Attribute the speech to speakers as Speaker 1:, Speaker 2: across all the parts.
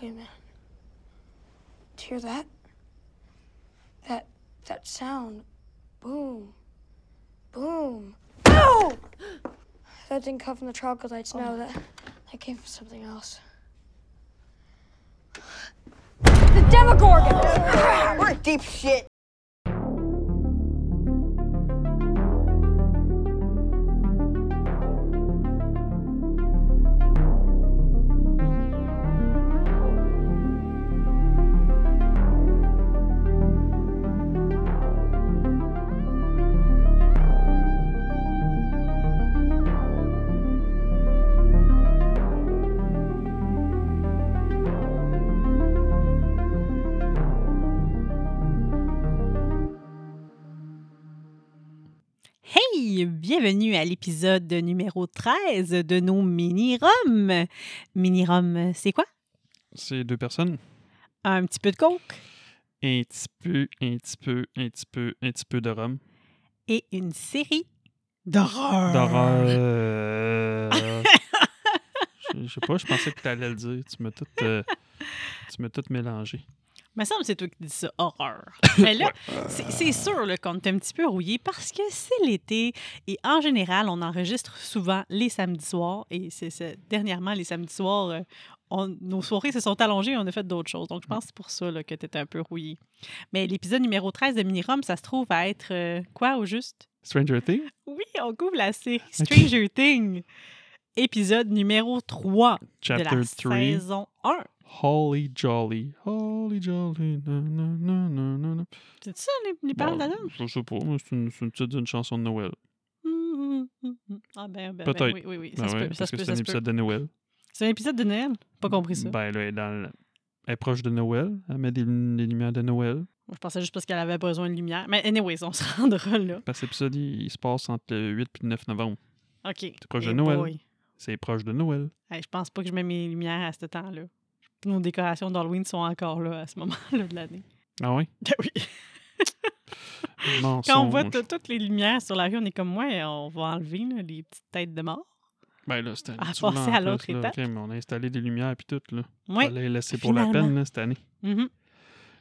Speaker 1: Wait a minute. Did you hear that? That that sound. Boom. Boom. Ow! That didn't come from the troglodytes. No, that that came from something else. The Demogorgon.
Speaker 2: We're Ah, deep shit.
Speaker 3: Hey, bienvenue à l'épisode numéro 13 de nos mini-roms. Mini-rom, c'est quoi?
Speaker 4: C'est deux personnes.
Speaker 3: Un petit peu de coke
Speaker 4: Un petit peu, un petit peu, un petit peu, un petit peu de rhum.
Speaker 3: et une série d'horreur.
Speaker 4: D'horreur. Euh, Je- Je sais pas, je pensais que tu allais le dire. Tu m'as tout, euh, tu m'as tout mélangé.
Speaker 3: Me semble que c'est toi qui dis ça, horreur. Mais là, c'est c'est sûr là, qu'on est un petit peu rouillé parce que c'est l'été et en général, on enregistre souvent les samedis soirs et c'est c'est- dernièrement les samedis soirs. euh, on- nos soirées se sont allongées et on a fait d'autres choses. Donc, je pense que c'est pour ça là, que tu étais un peu rouillé. Mais l'épisode numéro 13 de Mini-Rom, ça se trouve à être euh, quoi au juste?
Speaker 4: Stranger Things?
Speaker 3: Oui, on couvre la série Stranger Things, épisode numéro 3 de
Speaker 4: Chapter
Speaker 3: la
Speaker 4: 3.
Speaker 3: saison 1.
Speaker 4: Holy Jolly. Holy Jolly. Na, na, na, na, na, na.
Speaker 3: C'est ça, les, les paroles
Speaker 4: Bon,
Speaker 3: de la donne?
Speaker 4: Je sais pas, mais c'est une, c'est une petite d'une chanson de Noël.
Speaker 3: Hum, hum, hum. Ah ben, ben, ben,
Speaker 4: Peut-être.
Speaker 3: oui, oui, oui, ça
Speaker 4: Ben
Speaker 3: se
Speaker 4: ouais,
Speaker 3: peut, ça
Speaker 4: parce
Speaker 3: se
Speaker 4: que
Speaker 3: peut, ça
Speaker 4: c'est un
Speaker 3: se peut.
Speaker 4: épisode de Noël.
Speaker 3: C'est un épisode de Noël? Pas compris ça.
Speaker 4: Ben là, elle, est dans le- elle est proche de Noël. Elle met des, lumi- des lumières de Noël.
Speaker 3: Je pensais juste parce qu'elle avait besoin de lumière. Mais anyways, on se rendra là.
Speaker 4: Parce que l'épisode, il, il se passe entre le 8 et le 9 novembre.
Speaker 3: OK. C'est
Speaker 4: proche de Noël. C'est proche de Noël.
Speaker 3: je pense pas que je mets mes lumières à ce temps-là. Nos décorations d'Halloween sont encore là à ce moment-là de l'année.
Speaker 4: Ah oui?
Speaker 3: Ben oui.
Speaker 4: Non,
Speaker 3: Quand on voit t- toutes les lumières sur la rue, on est comme, ouais, on va enlever là, les petites têtes de mort.
Speaker 4: Ben là, c'était
Speaker 3: à
Speaker 4: saoulant,
Speaker 3: passer
Speaker 4: en
Speaker 3: à
Speaker 4: plus,
Speaker 3: l'autre
Speaker 4: là.
Speaker 3: étape.
Speaker 4: OK, mais on a installé des lumières puis tout, là.
Speaker 3: Oui.
Speaker 4: Fallait laisser pour la
Speaker 3: Finalement.
Speaker 4: peine, là, cette année.
Speaker 3: Mhm.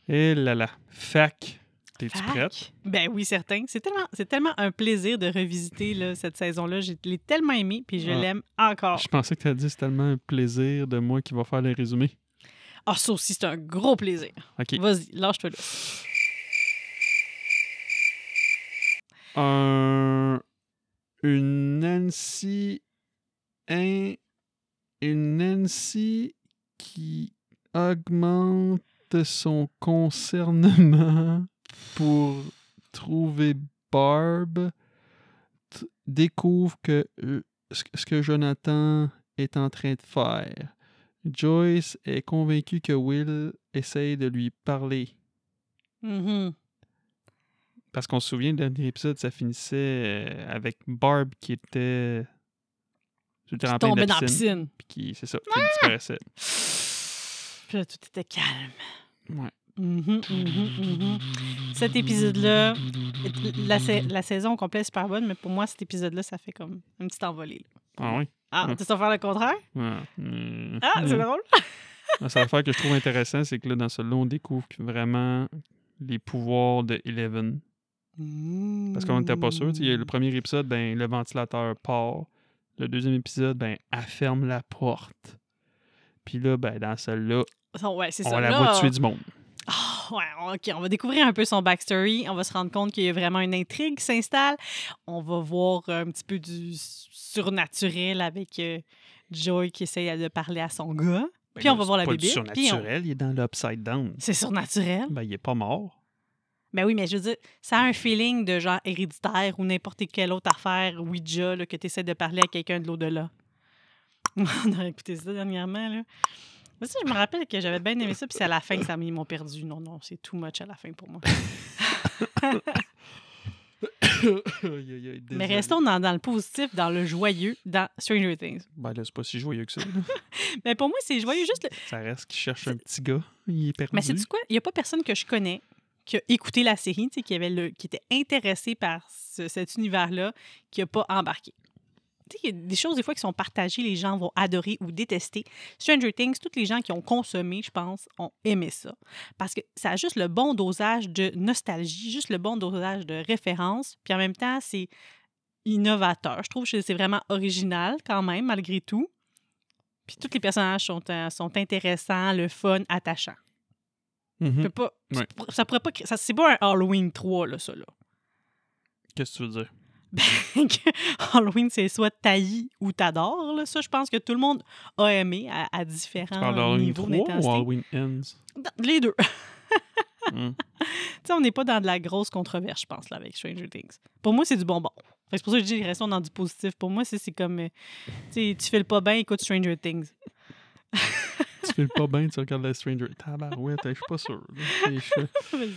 Speaker 4: Et là là. Fac. T'es-tu
Speaker 3: Fac.
Speaker 4: prête?
Speaker 3: Ben oui, certain. C'est tellement, c'est tellement un plaisir de revisiter là, cette saison-là. Je l'ai tellement aimé, puis je
Speaker 4: Ah.
Speaker 3: l'aime encore.
Speaker 4: Je pensais que t'as dit c'est tellement un plaisir de moi qui va faire les résumés.
Speaker 3: Ah, ça aussi, c'est un gros plaisir.
Speaker 4: OK.
Speaker 3: Vas-y, lâche-toi là.
Speaker 4: Un... Une Nancy... Un... Une Nancy qui augmente son concernement pour trouver Barb t- découvre que euh, ce ce que Jonathan est en train de faire. Joyce est convaincue que Will essaye de lui parler.
Speaker 3: Mhm.
Speaker 4: Parce qu'on se souvient, le dernier épisode, ça finissait euh, avec Barb qui était sur le
Speaker 3: Qui
Speaker 4: tremplin de
Speaker 3: tombait
Speaker 4: la
Speaker 3: dans la piscine.
Speaker 4: piscine.
Speaker 3: Ah!
Speaker 4: puis qui, c'est ça, qui disparaissait.
Speaker 3: Puis là, tout était calme.
Speaker 4: Ouais.
Speaker 3: Mhm, mhm, mhm. Cet épisode-là, la, sa- la saison complète est super bonne, mais pour moi, cet épisode-là, ça fait comme une petite envolée. là.
Speaker 4: Ah oui?
Speaker 3: Ah,
Speaker 4: Ah.
Speaker 3: tu vas faire le contraire?
Speaker 4: Ouais. Mm.
Speaker 3: Ah, c'est
Speaker 4: Mm.
Speaker 3: drôle.
Speaker 4: La seule affaire Mmh. que je trouve intéressant, c'est que là, dans ce lot, on découvre que vraiment les pouvoirs de Eleven. Parce qu'on n'était pas sûr. tu sais, Le premier épisode, ben, le ventilateur part. Le deuxième épisode, ben, elle ferme la porte. Puis là, ben, dans celle-là,
Speaker 3: Ça, Ouais, c'est ça.
Speaker 4: on la
Speaker 3: Là,
Speaker 4: voit tuer du monde.
Speaker 3: Ah, ouais, on- OK, on va découvrir un peu son backstory. On va se rendre compte qu'il y a vraiment une intrigue qui s'installe. On va voir un petit peu du surnaturel avec euh, Joy qui essaye de parler à son gars.
Speaker 4: Ben
Speaker 3: Puis on
Speaker 4: là,
Speaker 3: va voir
Speaker 4: c'est
Speaker 3: la
Speaker 4: pas du
Speaker 3: bébite, puis on-
Speaker 4: surnaturel, il est dans l'upside down.
Speaker 3: C'est surnaturel.
Speaker 4: Ben, il est pas mort.
Speaker 3: Ben oui, mais je veux dire, ça a un feeling de genre héréditaire ou n'importe quelle autre affaire Ouija là, que tu essaies de parler à quelqu'un de l'au-delà. on a écouté ça dernièrement. Là. Moi, ça, je me rappelle que j'avais bien aimé ça, puis c'est à la fin que ça m'ont perdu. Non, non, c'est too much à la fin pour moi. Mais restons dans, dans le positif, dans le joyeux, dans Stranger Things.
Speaker 4: Ben là, c'est pas si joyeux que ça. là.
Speaker 3: Mais pour moi, c'est joyeux juste. le-
Speaker 4: ça reste qu'il cherche un petit gars. Il est perdu.
Speaker 3: Mais c'est quoi? Il n'y a pas personne que je connais qui a écouté la série, tu sais, qui, avait le... qui était intéressé par ce- cet univers-là, qui n'a pas embarqué. tu sais, il y a des choses des fois qui sont partagées, les gens vont adorer ou détester. Stranger Things, toutes les gens qui ont consommé, je pense, ont aimé ça. Parce que ça a juste le bon dosage de nostalgie, juste le bon dosage de référence. Puis en même temps, c'est innovateur. Je trouve que c'est vraiment original quand même, malgré tout. Puis tous les personnages sont, euh, sont intéressants, le fun, attachant.
Speaker 4: Mhm.
Speaker 3: Peut pas, tu
Speaker 4: Ouais.
Speaker 3: pour- ça pourrait pas créer- ça- c'est pas un Halloween 3, là, ça, là.
Speaker 4: Qu'est-ce que tu veux dire?
Speaker 3: Ben, que Halloween, c'est soit taillis ou t'adores, là. Ça, je pense que tout le monde a aimé à, à
Speaker 4: Tu parles
Speaker 3: différents
Speaker 4: d'Halloween
Speaker 3: niveaux
Speaker 4: 3
Speaker 3: Ah, d'intensité.
Speaker 4: ou Halloween Ends?
Speaker 3: Dans- Les deux. tu
Speaker 4: Hmm.
Speaker 3: sais, on n'est pas dans de la grosse controverse, je pense, là, avec Stranger Things. Pour moi, c'est du bonbon. Fait que C'est pour ça que je dis, restons dans du positif. Pour moi, c'est c'est comme, euh, tu sais, tu fais le pas bien, écoute Stranger Things.
Speaker 4: tu fais pas bien, tu regardes la Stranger. Tabarouette, hey, je suis pas sûr. là. Hey, je fais-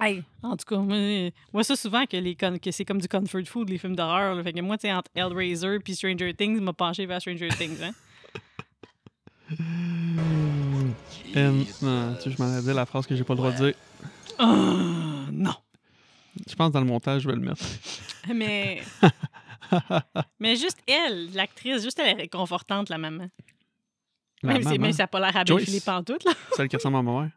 Speaker 3: Hey, En tout cas, moi, euh, moi, ça souvent que, les con- que c'est comme du comfort food, les films d'horreur. là. Fait que moi, tu sais, entre Hellraiser puis Stranger Things, je m'a penché vers Stranger Things. Hein?
Speaker 4: Ends, non, tu sais, je m'en ai dit la phrase que j'ai pas le droit de dire.
Speaker 3: Ah, non.
Speaker 4: Je pense que dans le montage, je vais le mettre.
Speaker 3: Mais. mais juste elle, l'actrice, juste elle est réconfortante, la maman.
Speaker 4: La
Speaker 3: même, si,
Speaker 4: maman,
Speaker 3: même si ça n'a pas l'air
Speaker 4: Joyce.
Speaker 3: abéfilée pantoute, là.
Speaker 4: Celle qui ressemble à ma mère.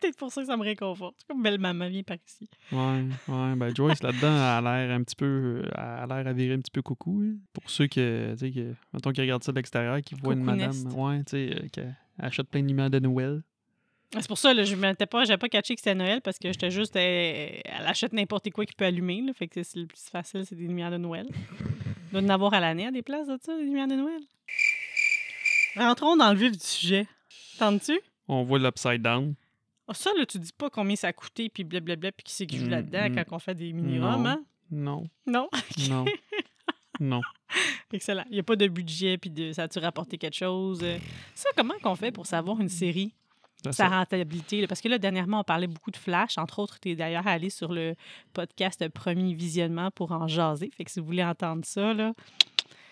Speaker 3: Peut-être pour ça que ça me réconforte. C'est comme belle maman, viens par ici.
Speaker 4: Ouais, ouais. Ben Joyce, là-dedans, elle a l'air un petit peu. euh, Elle a l'air à virer un petit peu coucou. hein. Pour ceux qui, tu sais, qui, mettons, qui regardent ça de l'extérieur, qui voient une
Speaker 3: Coucouneste.
Speaker 4: madame. Ouais, tu sais, euh, qui achète plein de lumières de Noël.
Speaker 3: Ah, C'est pour ça, là, je m'étais pas, j'avais pas catché que c'était Noël parce que j'étais juste. euh, elle achète n'importe quoi qui peut allumer, là. Fait que c'est le plus facile, c'est des lumières de Noël. Il doit en avoir à l'année à des places de ça, des lumières de Noël. Rentrons dans le vif du sujet. T'entends-tu?
Speaker 4: On voit l'upside down.
Speaker 3: Ah, ça, là, tu dis pas combien ça a coûté, puis blablabla, puis qui c'est qui joue
Speaker 4: Mm,
Speaker 3: là-dedans
Speaker 4: mm.
Speaker 3: quand on fait des mini-roms,
Speaker 4: Non.
Speaker 3: hein?
Speaker 4: Non,
Speaker 3: Non?
Speaker 4: non, non.
Speaker 3: Excellent. Il n'y a pas de budget, puis de ça a-tu rapporté quelque chose? Euh, Ça, comment qu'on fait pour savoir une série,
Speaker 4: That's
Speaker 3: sa
Speaker 4: it.
Speaker 3: rentabilité? là? Parce que là, dernièrement, on parlait beaucoup de Flash. Entre autres, tu es d'ailleurs allé sur le podcast Premier Visionnement pour en jaser. Fait que si vous voulez entendre ça, là,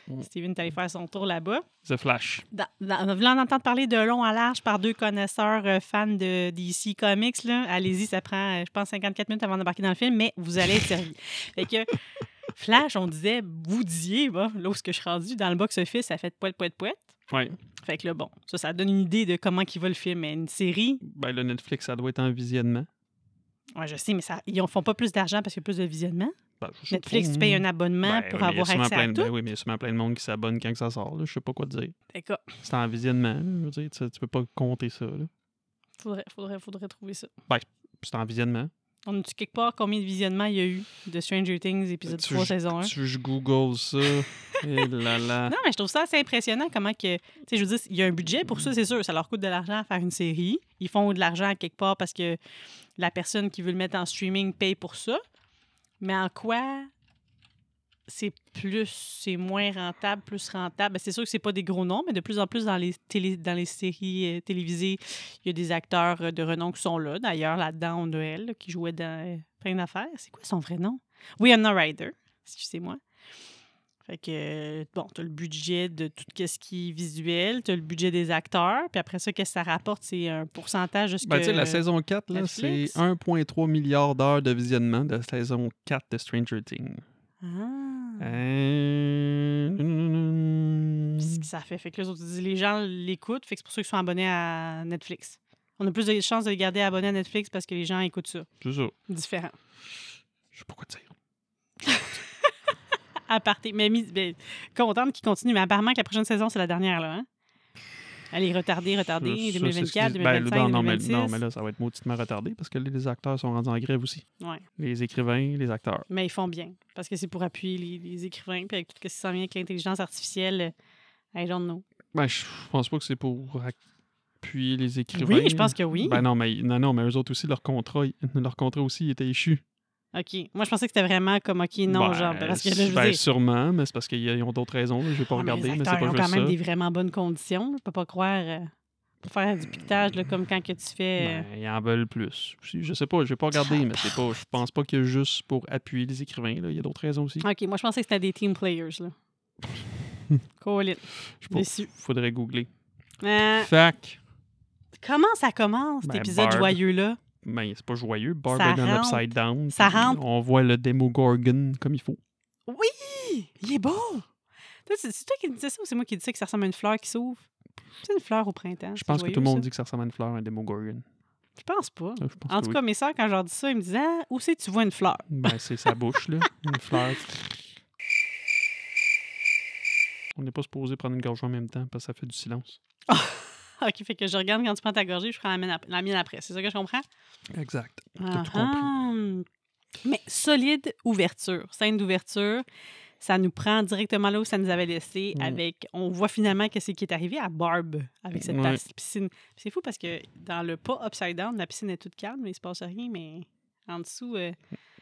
Speaker 4: Mm.
Speaker 3: Steven est allé faire son tour là-bas.
Speaker 4: The Flash.
Speaker 3: Dans- dans- Vous voulez en entendre parler de long à large par deux connaisseurs euh, fans de DC Comics, là, allez-y, ça prend, euh, je pense, 54 minutes avant d'embarquer dans le film, mais vous allez être servi. fait que Flash, on disait, Boudier, bah, là où ce que je suis rendue, dans le box-office, ça fait poète, poète, poète.
Speaker 4: Ouais.
Speaker 3: Fait que là, bon, ça, ça donne une idée de comment qu'il va le film. Mais une série,
Speaker 4: Ben le Netflix, ça doit être en visionnement.
Speaker 3: ouais, je sais, mais ça, ils en font pas plus d'argent parce qu'il y a plus de visionnement.
Speaker 4: Ben, je sais
Speaker 3: Netflix,
Speaker 4: pas,
Speaker 3: tu payes
Speaker 4: moi.
Speaker 3: un abonnement
Speaker 4: Ben,
Speaker 3: pour
Speaker 4: oui, mais il y a
Speaker 3: avoir
Speaker 4: sûrement
Speaker 3: accès
Speaker 4: plein
Speaker 3: à
Speaker 4: de-
Speaker 3: tout.
Speaker 4: ben oui, mais il y a sûrement plein de monde qui s'abonne quand que ça sort. Là. Je sais pas quoi te dire.
Speaker 3: Fait que, ah,
Speaker 4: C'est en visionnement. là. Je veux dire, tu, tu peux pas compter ça. là.
Speaker 3: faudrait, faudrait, faudrait trouver ça.
Speaker 4: C'est en visionnement.
Speaker 3: On a-tu quelque part combien de visionnements il y a eu de Stranger Things, épisode
Speaker 4: Tu-
Speaker 3: 3, saison 1?
Speaker 4: Tu veux que je Google ça? Et là là.
Speaker 3: Non, mais je trouve ça assez impressionnant comment que. Tu sais, je veux dire, il y a un budget pour ça, c'est sûr. Ça leur coûte de l'argent à faire une série. Ils font de l'argent à quelque part parce que la personne qui veut le mettre en streaming paye pour ça. Mais en quoi c'est plus, c'est moins rentable, plus rentable? Ben, c'est sûr que c'est pas des gros noms, mais de plus en plus dans les, télé, dans les séries euh, télévisées, il y a des acteurs euh, de renom qui sont là. D'ailleurs, là-dedans, on a elle là, qui jouait dans euh, plein d'affaires. C'est quoi son vrai nom? Anna Ryder, si tu sais moi. Fait que, euh, bon, t'as le budget de tout ce qui est visuel, t'as le budget des acteurs, puis après ça, qu'est-ce que ça rapporte? C'est un pourcentage de ce
Speaker 4: Ben,
Speaker 3: que...
Speaker 4: tu sais, la saison 4, là, c'est
Speaker 3: Netflix.
Speaker 4: 1,3 milliard d'heures de visionnement de la saison 4 de Stranger Things.
Speaker 3: Ah.
Speaker 4: Euh,
Speaker 3: Puis c'est ce que ça fait. Fait que les autres, les gens l'écoutent. Fait que c'est pour ceux qui sont abonnés à Netflix. On a plus de chances de les garder abonnés à Netflix parce que les gens écoutent ça.
Speaker 4: C'est ça.
Speaker 3: Différent.
Speaker 4: Je sais pas quoi dire.
Speaker 3: À partir. Mais mis- ben, contente qu'ils continuent. Mais apparemment que la prochaine saison, c'est la dernière, là. Hein? Elle est retardée, retardée.
Speaker 4: Ça, ça, c'est ce
Speaker 3: 2024,
Speaker 4: qui- ben,
Speaker 3: 2025,
Speaker 4: là, non, mais,
Speaker 3: 2026.
Speaker 4: non, mais là, ça va être mauditement retardé parce que là, les acteurs sont rendus en grève aussi.
Speaker 3: Ouais.
Speaker 4: Les écrivains, les acteurs.
Speaker 3: Mais ils font bien. Parce que c'est pour appuyer les, les écrivains. Puis avec tout ce qui s'en vient avec l'intelligence artificielle, euh, I don't know.
Speaker 4: Ben, je pense pas que c'est pour appuyer les écrivains.
Speaker 3: Oui, je pense que oui.
Speaker 4: Ben non, mais, non, non, mais eux autres aussi, leur contrat, leur contrat aussi il était échu.
Speaker 3: OK. Moi, je pensais que c'était vraiment comme OK, non,
Speaker 4: Ben,
Speaker 3: genre. Parce que là, je
Speaker 4: c'est-
Speaker 3: veux
Speaker 4: ben,
Speaker 3: dire-
Speaker 4: sûrement, mais c'est parce qu'ils ont d'autres raisons. là. Je vais pas
Speaker 3: Ah, mais
Speaker 4: regarder,
Speaker 3: les
Speaker 4: mais,
Speaker 3: acteurs,
Speaker 4: c'est
Speaker 3: ils
Speaker 4: pas
Speaker 3: ont
Speaker 4: juste
Speaker 3: quand
Speaker 4: ça.
Speaker 3: même des vraiment bonnes conditions. Je peux pas croire euh, pour faire du piquetage là, comme quand que tu fais. euh,
Speaker 4: Ben, ils en veulent plus. Je je sais pas, j'ai pas regardé, mais c'est pas. Je pense pas que juste pour appuyer les écrivains. là. Il y a d'autres raisons aussi.
Speaker 3: euh, Ok, moi je pensais que c'était des team players là. Call it.
Speaker 4: Je sais pas.
Speaker 3: déçu.
Speaker 4: Faudrait googler.
Speaker 3: Euh,
Speaker 4: Fac.
Speaker 3: comment ça commence cet
Speaker 4: Ben,
Speaker 3: épisode
Speaker 4: Barb.
Speaker 3: joyeux là
Speaker 4: Ben, c'est pas joyeux. Barb
Speaker 3: Ça
Speaker 4: est dans
Speaker 3: rentre.
Speaker 4: l'Upside Down.
Speaker 3: Ça
Speaker 4: puis
Speaker 3: rentre. Ah,
Speaker 4: On voit le Demogorgon comme il faut.
Speaker 3: Oui! Il est beau! Toi, C'est c'est toi qui me disais ça ou c'est moi qui disais que ça ressemble à une fleur qui s'ouvre? C'est une fleur au printemps.
Speaker 4: Je
Speaker 3: c'est
Speaker 4: pense que tout
Speaker 3: joyeux,
Speaker 4: le monde
Speaker 3: ça.
Speaker 4: dit que ça ressemble à une fleur, un Demogorgon.
Speaker 3: Je pense pas.
Speaker 4: Ah, Je pense
Speaker 3: En
Speaker 4: que
Speaker 3: tout
Speaker 4: oui.
Speaker 3: cas, mes sœurs, quand je leur dis ça, ils me disent Ah, où c'est que tu vois une fleur?
Speaker 4: Ben, c'est sa bouche, là. Une fleur. On n'est pas supposé prendre une gorgée en même temps parce que ça fait du silence.
Speaker 3: Ok, fait que je regarde quand tu prends ta gorgée, je prends la mienne, ap- la mienne après. C'est ça que je comprends?
Speaker 4: Exact.
Speaker 3: Ah,
Speaker 4: tout compris.
Speaker 3: ah. Mais solide ouverture, scène d'ouverture. Ça nous prend directement là où ça nous avait laissé.
Speaker 4: Mm.
Speaker 3: Avec, on voit finalement que c'est qui est arrivé à Barb avec cette
Speaker 4: Ouais.
Speaker 3: pas- piscine. Puis C'est fou parce que dans le pas upside down, la piscine est toute calme, il se passe rien, mais en dessous, euh,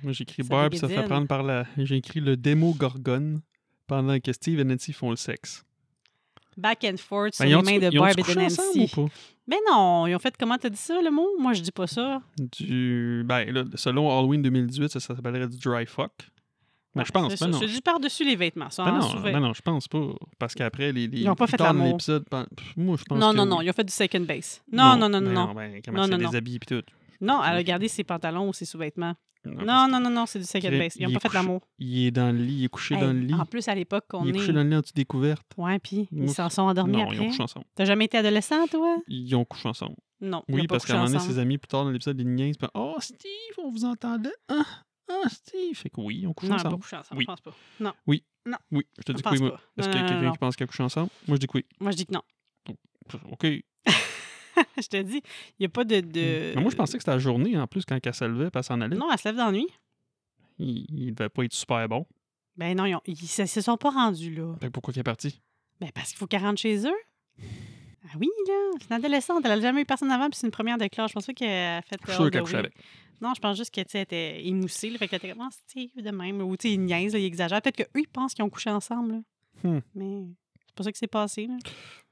Speaker 4: Moi, j'écris
Speaker 3: Ça
Speaker 4: Barb, ça fait
Speaker 3: dégueule.
Speaker 4: prendre par la. J'ai écrit le démo Gorgone pendant que Steve et Nancy font le sexe.
Speaker 3: back and forth sur
Speaker 4: Ben, ils
Speaker 3: les
Speaker 4: ont-tu-
Speaker 3: mains de
Speaker 4: ils ont-tu
Speaker 3: Barb et de
Speaker 4: couché ensemble
Speaker 3: Nancy.
Speaker 4: ou pas?
Speaker 3: Mais non, ils ont fait comment t'as dit ça le mot Moi je dis pas ça.
Speaker 4: Du... Ben, là, selon Halloween 2018, ça, ça s'appellerait du dry fuck. Mais Ben, je pense,
Speaker 3: Ah, C'est
Speaker 4: pas
Speaker 3: ça,
Speaker 4: non.
Speaker 3: C'est du par-dessus les vêtements. ça,
Speaker 4: Ben
Speaker 3: en
Speaker 4: non,
Speaker 3: souverain.
Speaker 4: ben non, je pense pas. Parce qu'après, les, les,
Speaker 3: Ils ont pas
Speaker 4: plus
Speaker 3: fait
Speaker 4: tard dans
Speaker 3: l'amour.
Speaker 4: l'épisode, ben, pff, moi, je pense
Speaker 3: non,
Speaker 4: que
Speaker 3: non,
Speaker 4: oui.
Speaker 3: non, ils ont fait du second base. Non, non, non, non,
Speaker 4: ben
Speaker 3: non.
Speaker 4: ben,
Speaker 3: Non,
Speaker 4: comment c'est
Speaker 3: non, non.
Speaker 4: déshabillé pis tout.
Speaker 3: Non, elle a gardé ses pantalons ou ses sous-vêtements.
Speaker 4: Non, parce
Speaker 3: Non, non, non, non, c'est du second
Speaker 4: Crème,
Speaker 3: base. Ils
Speaker 4: il
Speaker 3: n'ont
Speaker 4: est
Speaker 3: pas fait
Speaker 4: couché-
Speaker 3: l'amour.
Speaker 4: Il est dans le lit, il est couché
Speaker 3: Hey, ah,
Speaker 4: dans le lit.
Speaker 3: En plus, à l'époque qu'on
Speaker 4: Il est
Speaker 3: est.
Speaker 4: couché dans le lit en dessous découverte.
Speaker 3: Ouais, puis ils
Speaker 4: Moi,
Speaker 3: s'en sont endormis
Speaker 4: Non, ils ont
Speaker 3: après.
Speaker 4: couché ensemble.
Speaker 3: T'as jamais été adolescent, toi?
Speaker 4: Ils ont couché ensemble.
Speaker 3: Non. ils ont
Speaker 4: Oui,
Speaker 3: pas
Speaker 4: parce
Speaker 3: couché
Speaker 4: qu'à un moment donné,
Speaker 3: ensemble.
Speaker 4: ses amis, plus tard dans l'épisode, ils niaisent. puis, oh, Steve, on vous entendait. Ah, ah, Steve. Fait que oui, ils ont couché
Speaker 3: Non, ils ont pas
Speaker 4: ensemble.
Speaker 3: couché ensemble,
Speaker 4: Oui.
Speaker 3: je pense pas. Non,
Speaker 4: Oui, je te
Speaker 3: je
Speaker 4: dis que
Speaker 3: pense
Speaker 4: oui, moi.
Speaker 3: pas. Non,
Speaker 4: Est-ce qu'il y a
Speaker 3: non, non,
Speaker 4: quelqu'un
Speaker 3: non.
Speaker 4: qui pense qu'ils ont couché ensemble? Moi, je dis que oui.
Speaker 3: Moi, je dis que non.
Speaker 4: OK.
Speaker 3: je te dis, il n'y a pas de. de...
Speaker 4: Mm. Mais moi, je pensais que c'était la journée, en plus, quand elle se levait, puis elle s'en allait.
Speaker 3: Euh, Non, elle se lève dans la nuit.
Speaker 4: Il, il devait pas être super bon.
Speaker 3: Ben non, ils, ont- ils se se sont pas rendus là.
Speaker 4: Fait que pourquoi qu'il est parti?
Speaker 3: Ben parce qu'il faut qu'elle rentre chez eux. Ah oui, là. C'est une adolescente. Elle n'a jamais eu personne avant, puis c'est une première de classe. Je pense pas qu'elle a fait.
Speaker 4: Je suis
Speaker 3: euh,
Speaker 4: sûr
Speaker 3: all
Speaker 4: qu'elle
Speaker 3: the
Speaker 4: couchait
Speaker 3: way.
Speaker 4: avec.
Speaker 3: Non, je pense juste que tu sais, elle était émoussée. Là, fait que là, t'es comme, Ah, Steve, de même. Ou tu sais, ils niaisent, là, ils exagèrent. Peut-être qu'eux, ils pensent qu'ils ont couché ensemble. là.
Speaker 4: Hmm.
Speaker 3: Mais c'est pas ça qui s'est passé. Là.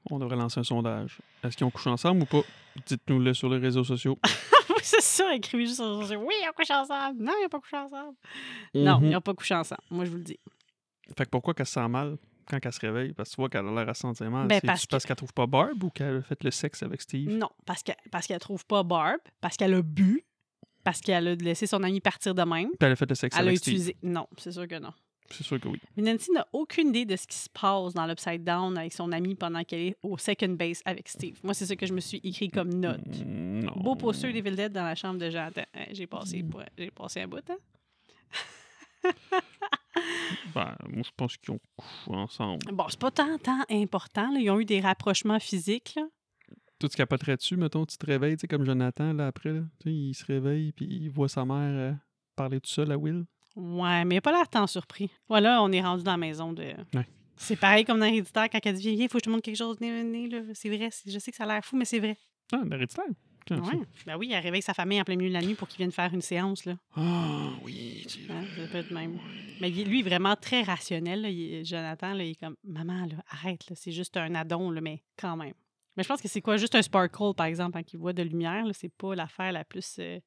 Speaker 4: On devrait lancer un sondage. Est-ce qu'ils ont couché ensemble ou pas? Dites-nous-le sur les réseaux sociaux.
Speaker 3: Oui, c'est ça, écrivez juste sur sur- Oui, ils ont couché ensemble. Non, ils n'ont pas couché ensemble. Non,
Speaker 4: Mhm.
Speaker 3: ils n'ont pas couché ensemble. Moi, je vous le dis.
Speaker 4: Fait que pourquoi qu'elle se sent mal quand elle se réveille? Parce que tu vois qu'elle a l'air à se sentir mal.
Speaker 3: Ben, parce
Speaker 4: C'est
Speaker 3: Mm.
Speaker 4: parce, parce qu'elle trouve pas Barb ou qu'elle a fait le sexe avec Steve?
Speaker 3: Non, parce qu'elle parce qu'elle trouve pas Barb, parce qu'elle a bu, parce qu'elle a laissé son ami partir de même.
Speaker 4: Puis elle a fait le sexe
Speaker 3: Elle a
Speaker 4: avec
Speaker 3: utilisé. Non, c'est sûr que non.
Speaker 4: Steve. C'est sûr que oui.
Speaker 3: Mais Nancy n'a aucune idée de ce qui se passe dans l'Upside Down avec son ami pendant qu'elle est au second base avec Steve. Moi, c'est ça que je me suis écrit comme note.
Speaker 4: Mm, Non.
Speaker 3: Beau poster des Dead dans la chambre de Jean. Attends, hein, j'ai passé, pour- j'ai passé un bout, hein?
Speaker 4: Ben, moi, je pense qu'ils ont couché ensemble.
Speaker 3: Bon, c'est pas tant, tant important. là. Ils ont eu des rapprochements physiques. là.
Speaker 4: Toi, tu capoterais dessus, mettons, tu te réveilles, tu sais, comme Jonathan, là, après, là. Tu sais, il se réveille, puis il voit sa mère euh, parler tout seul à Will.
Speaker 3: Ouais, mais il a pas l'air tant surpris. Voilà, on est rendu dans la maison de.
Speaker 4: Ouais.
Speaker 3: C'est pareil comme dans Héréditaire, quand elle dit Viens, viens, faut que je te montre quelque chose. Venez, venez, là. C'est vrai, c'est- je sais que ça a l'air fou, mais c'est vrai.
Speaker 4: Ah, l'héréditaire. Tiens, ça.
Speaker 3: Ouais. Ben oui, elle réveille sa famille en plein milieu de la nuit pour qu'ils viennent faire une séance, là.
Speaker 4: Ah, oui, tu
Speaker 3: Hein, ça peut être même. Mais il- lui, vraiment très rationnel, là. Il- Jonathan, là, il est comme Maman, là, arrête, là, c'est juste un addon, là, mais quand même. Mais je pense que c'est quoi Juste un sparkle, par exemple, quand il voit de lumière, là, c'est pas l'affaire la plus euh,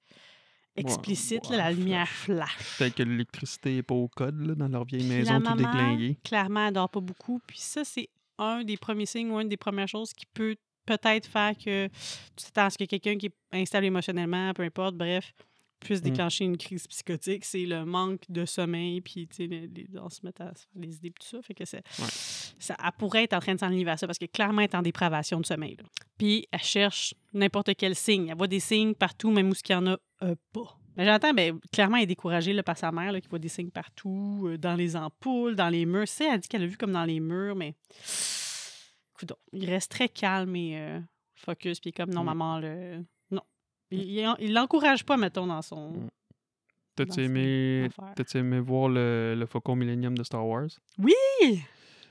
Speaker 3: explicite,
Speaker 4: ouais,
Speaker 3: là, la
Speaker 4: flash.
Speaker 3: lumière flash.
Speaker 4: Peut-être que l'électricité n'est pas au code, là, dans leur vieille
Speaker 3: Puis
Speaker 4: maison
Speaker 3: la
Speaker 4: tout
Speaker 3: maman,
Speaker 4: déglinguée.
Speaker 3: Clairement, elle dort pas beaucoup. Puis ça, c'est un des premiers signes ou une des premières choses qui peut peut-être faire que tu t'attends à ce que quelqu'un qui est instable émotionnellement, peu importe, bref,
Speaker 4: Mm.
Speaker 3: puisse déclencher une crise psychotique. C'est le manque de sommeil, puis tu sais, les- les- on se met à se faire des idées, puis tout ça. Fait que c'est-
Speaker 4: Ouais.
Speaker 3: ça, elle pourrait être en train de s'enlever vers ça parce que clairement, elle est en dépravation de sommeil. là. Puis elle cherche n'importe quel signe. Elle voit des signes partout, même où ce qu'il y en a euh, pas. Mais j'entends, ben, clairement, elle est découragée là, par sa mère là, qui voit des signes partout, euh, dans les ampoules, dans les murs. C'est, elle dit qu'elle a vu comme dans les murs, mais. Coudon. Il reste très calme et euh, focus, puis comme non,
Speaker 4: Mm.
Speaker 3: maman, le... non. Il- Il il l'encourage pas, mettons, dans son.
Speaker 4: Mm.
Speaker 3: dans
Speaker 4: T'as-tu
Speaker 3: son
Speaker 4: aimé...
Speaker 3: affaire.
Speaker 4: T'as-tu aimé voir le, le Faucon Millennium de Star Wars?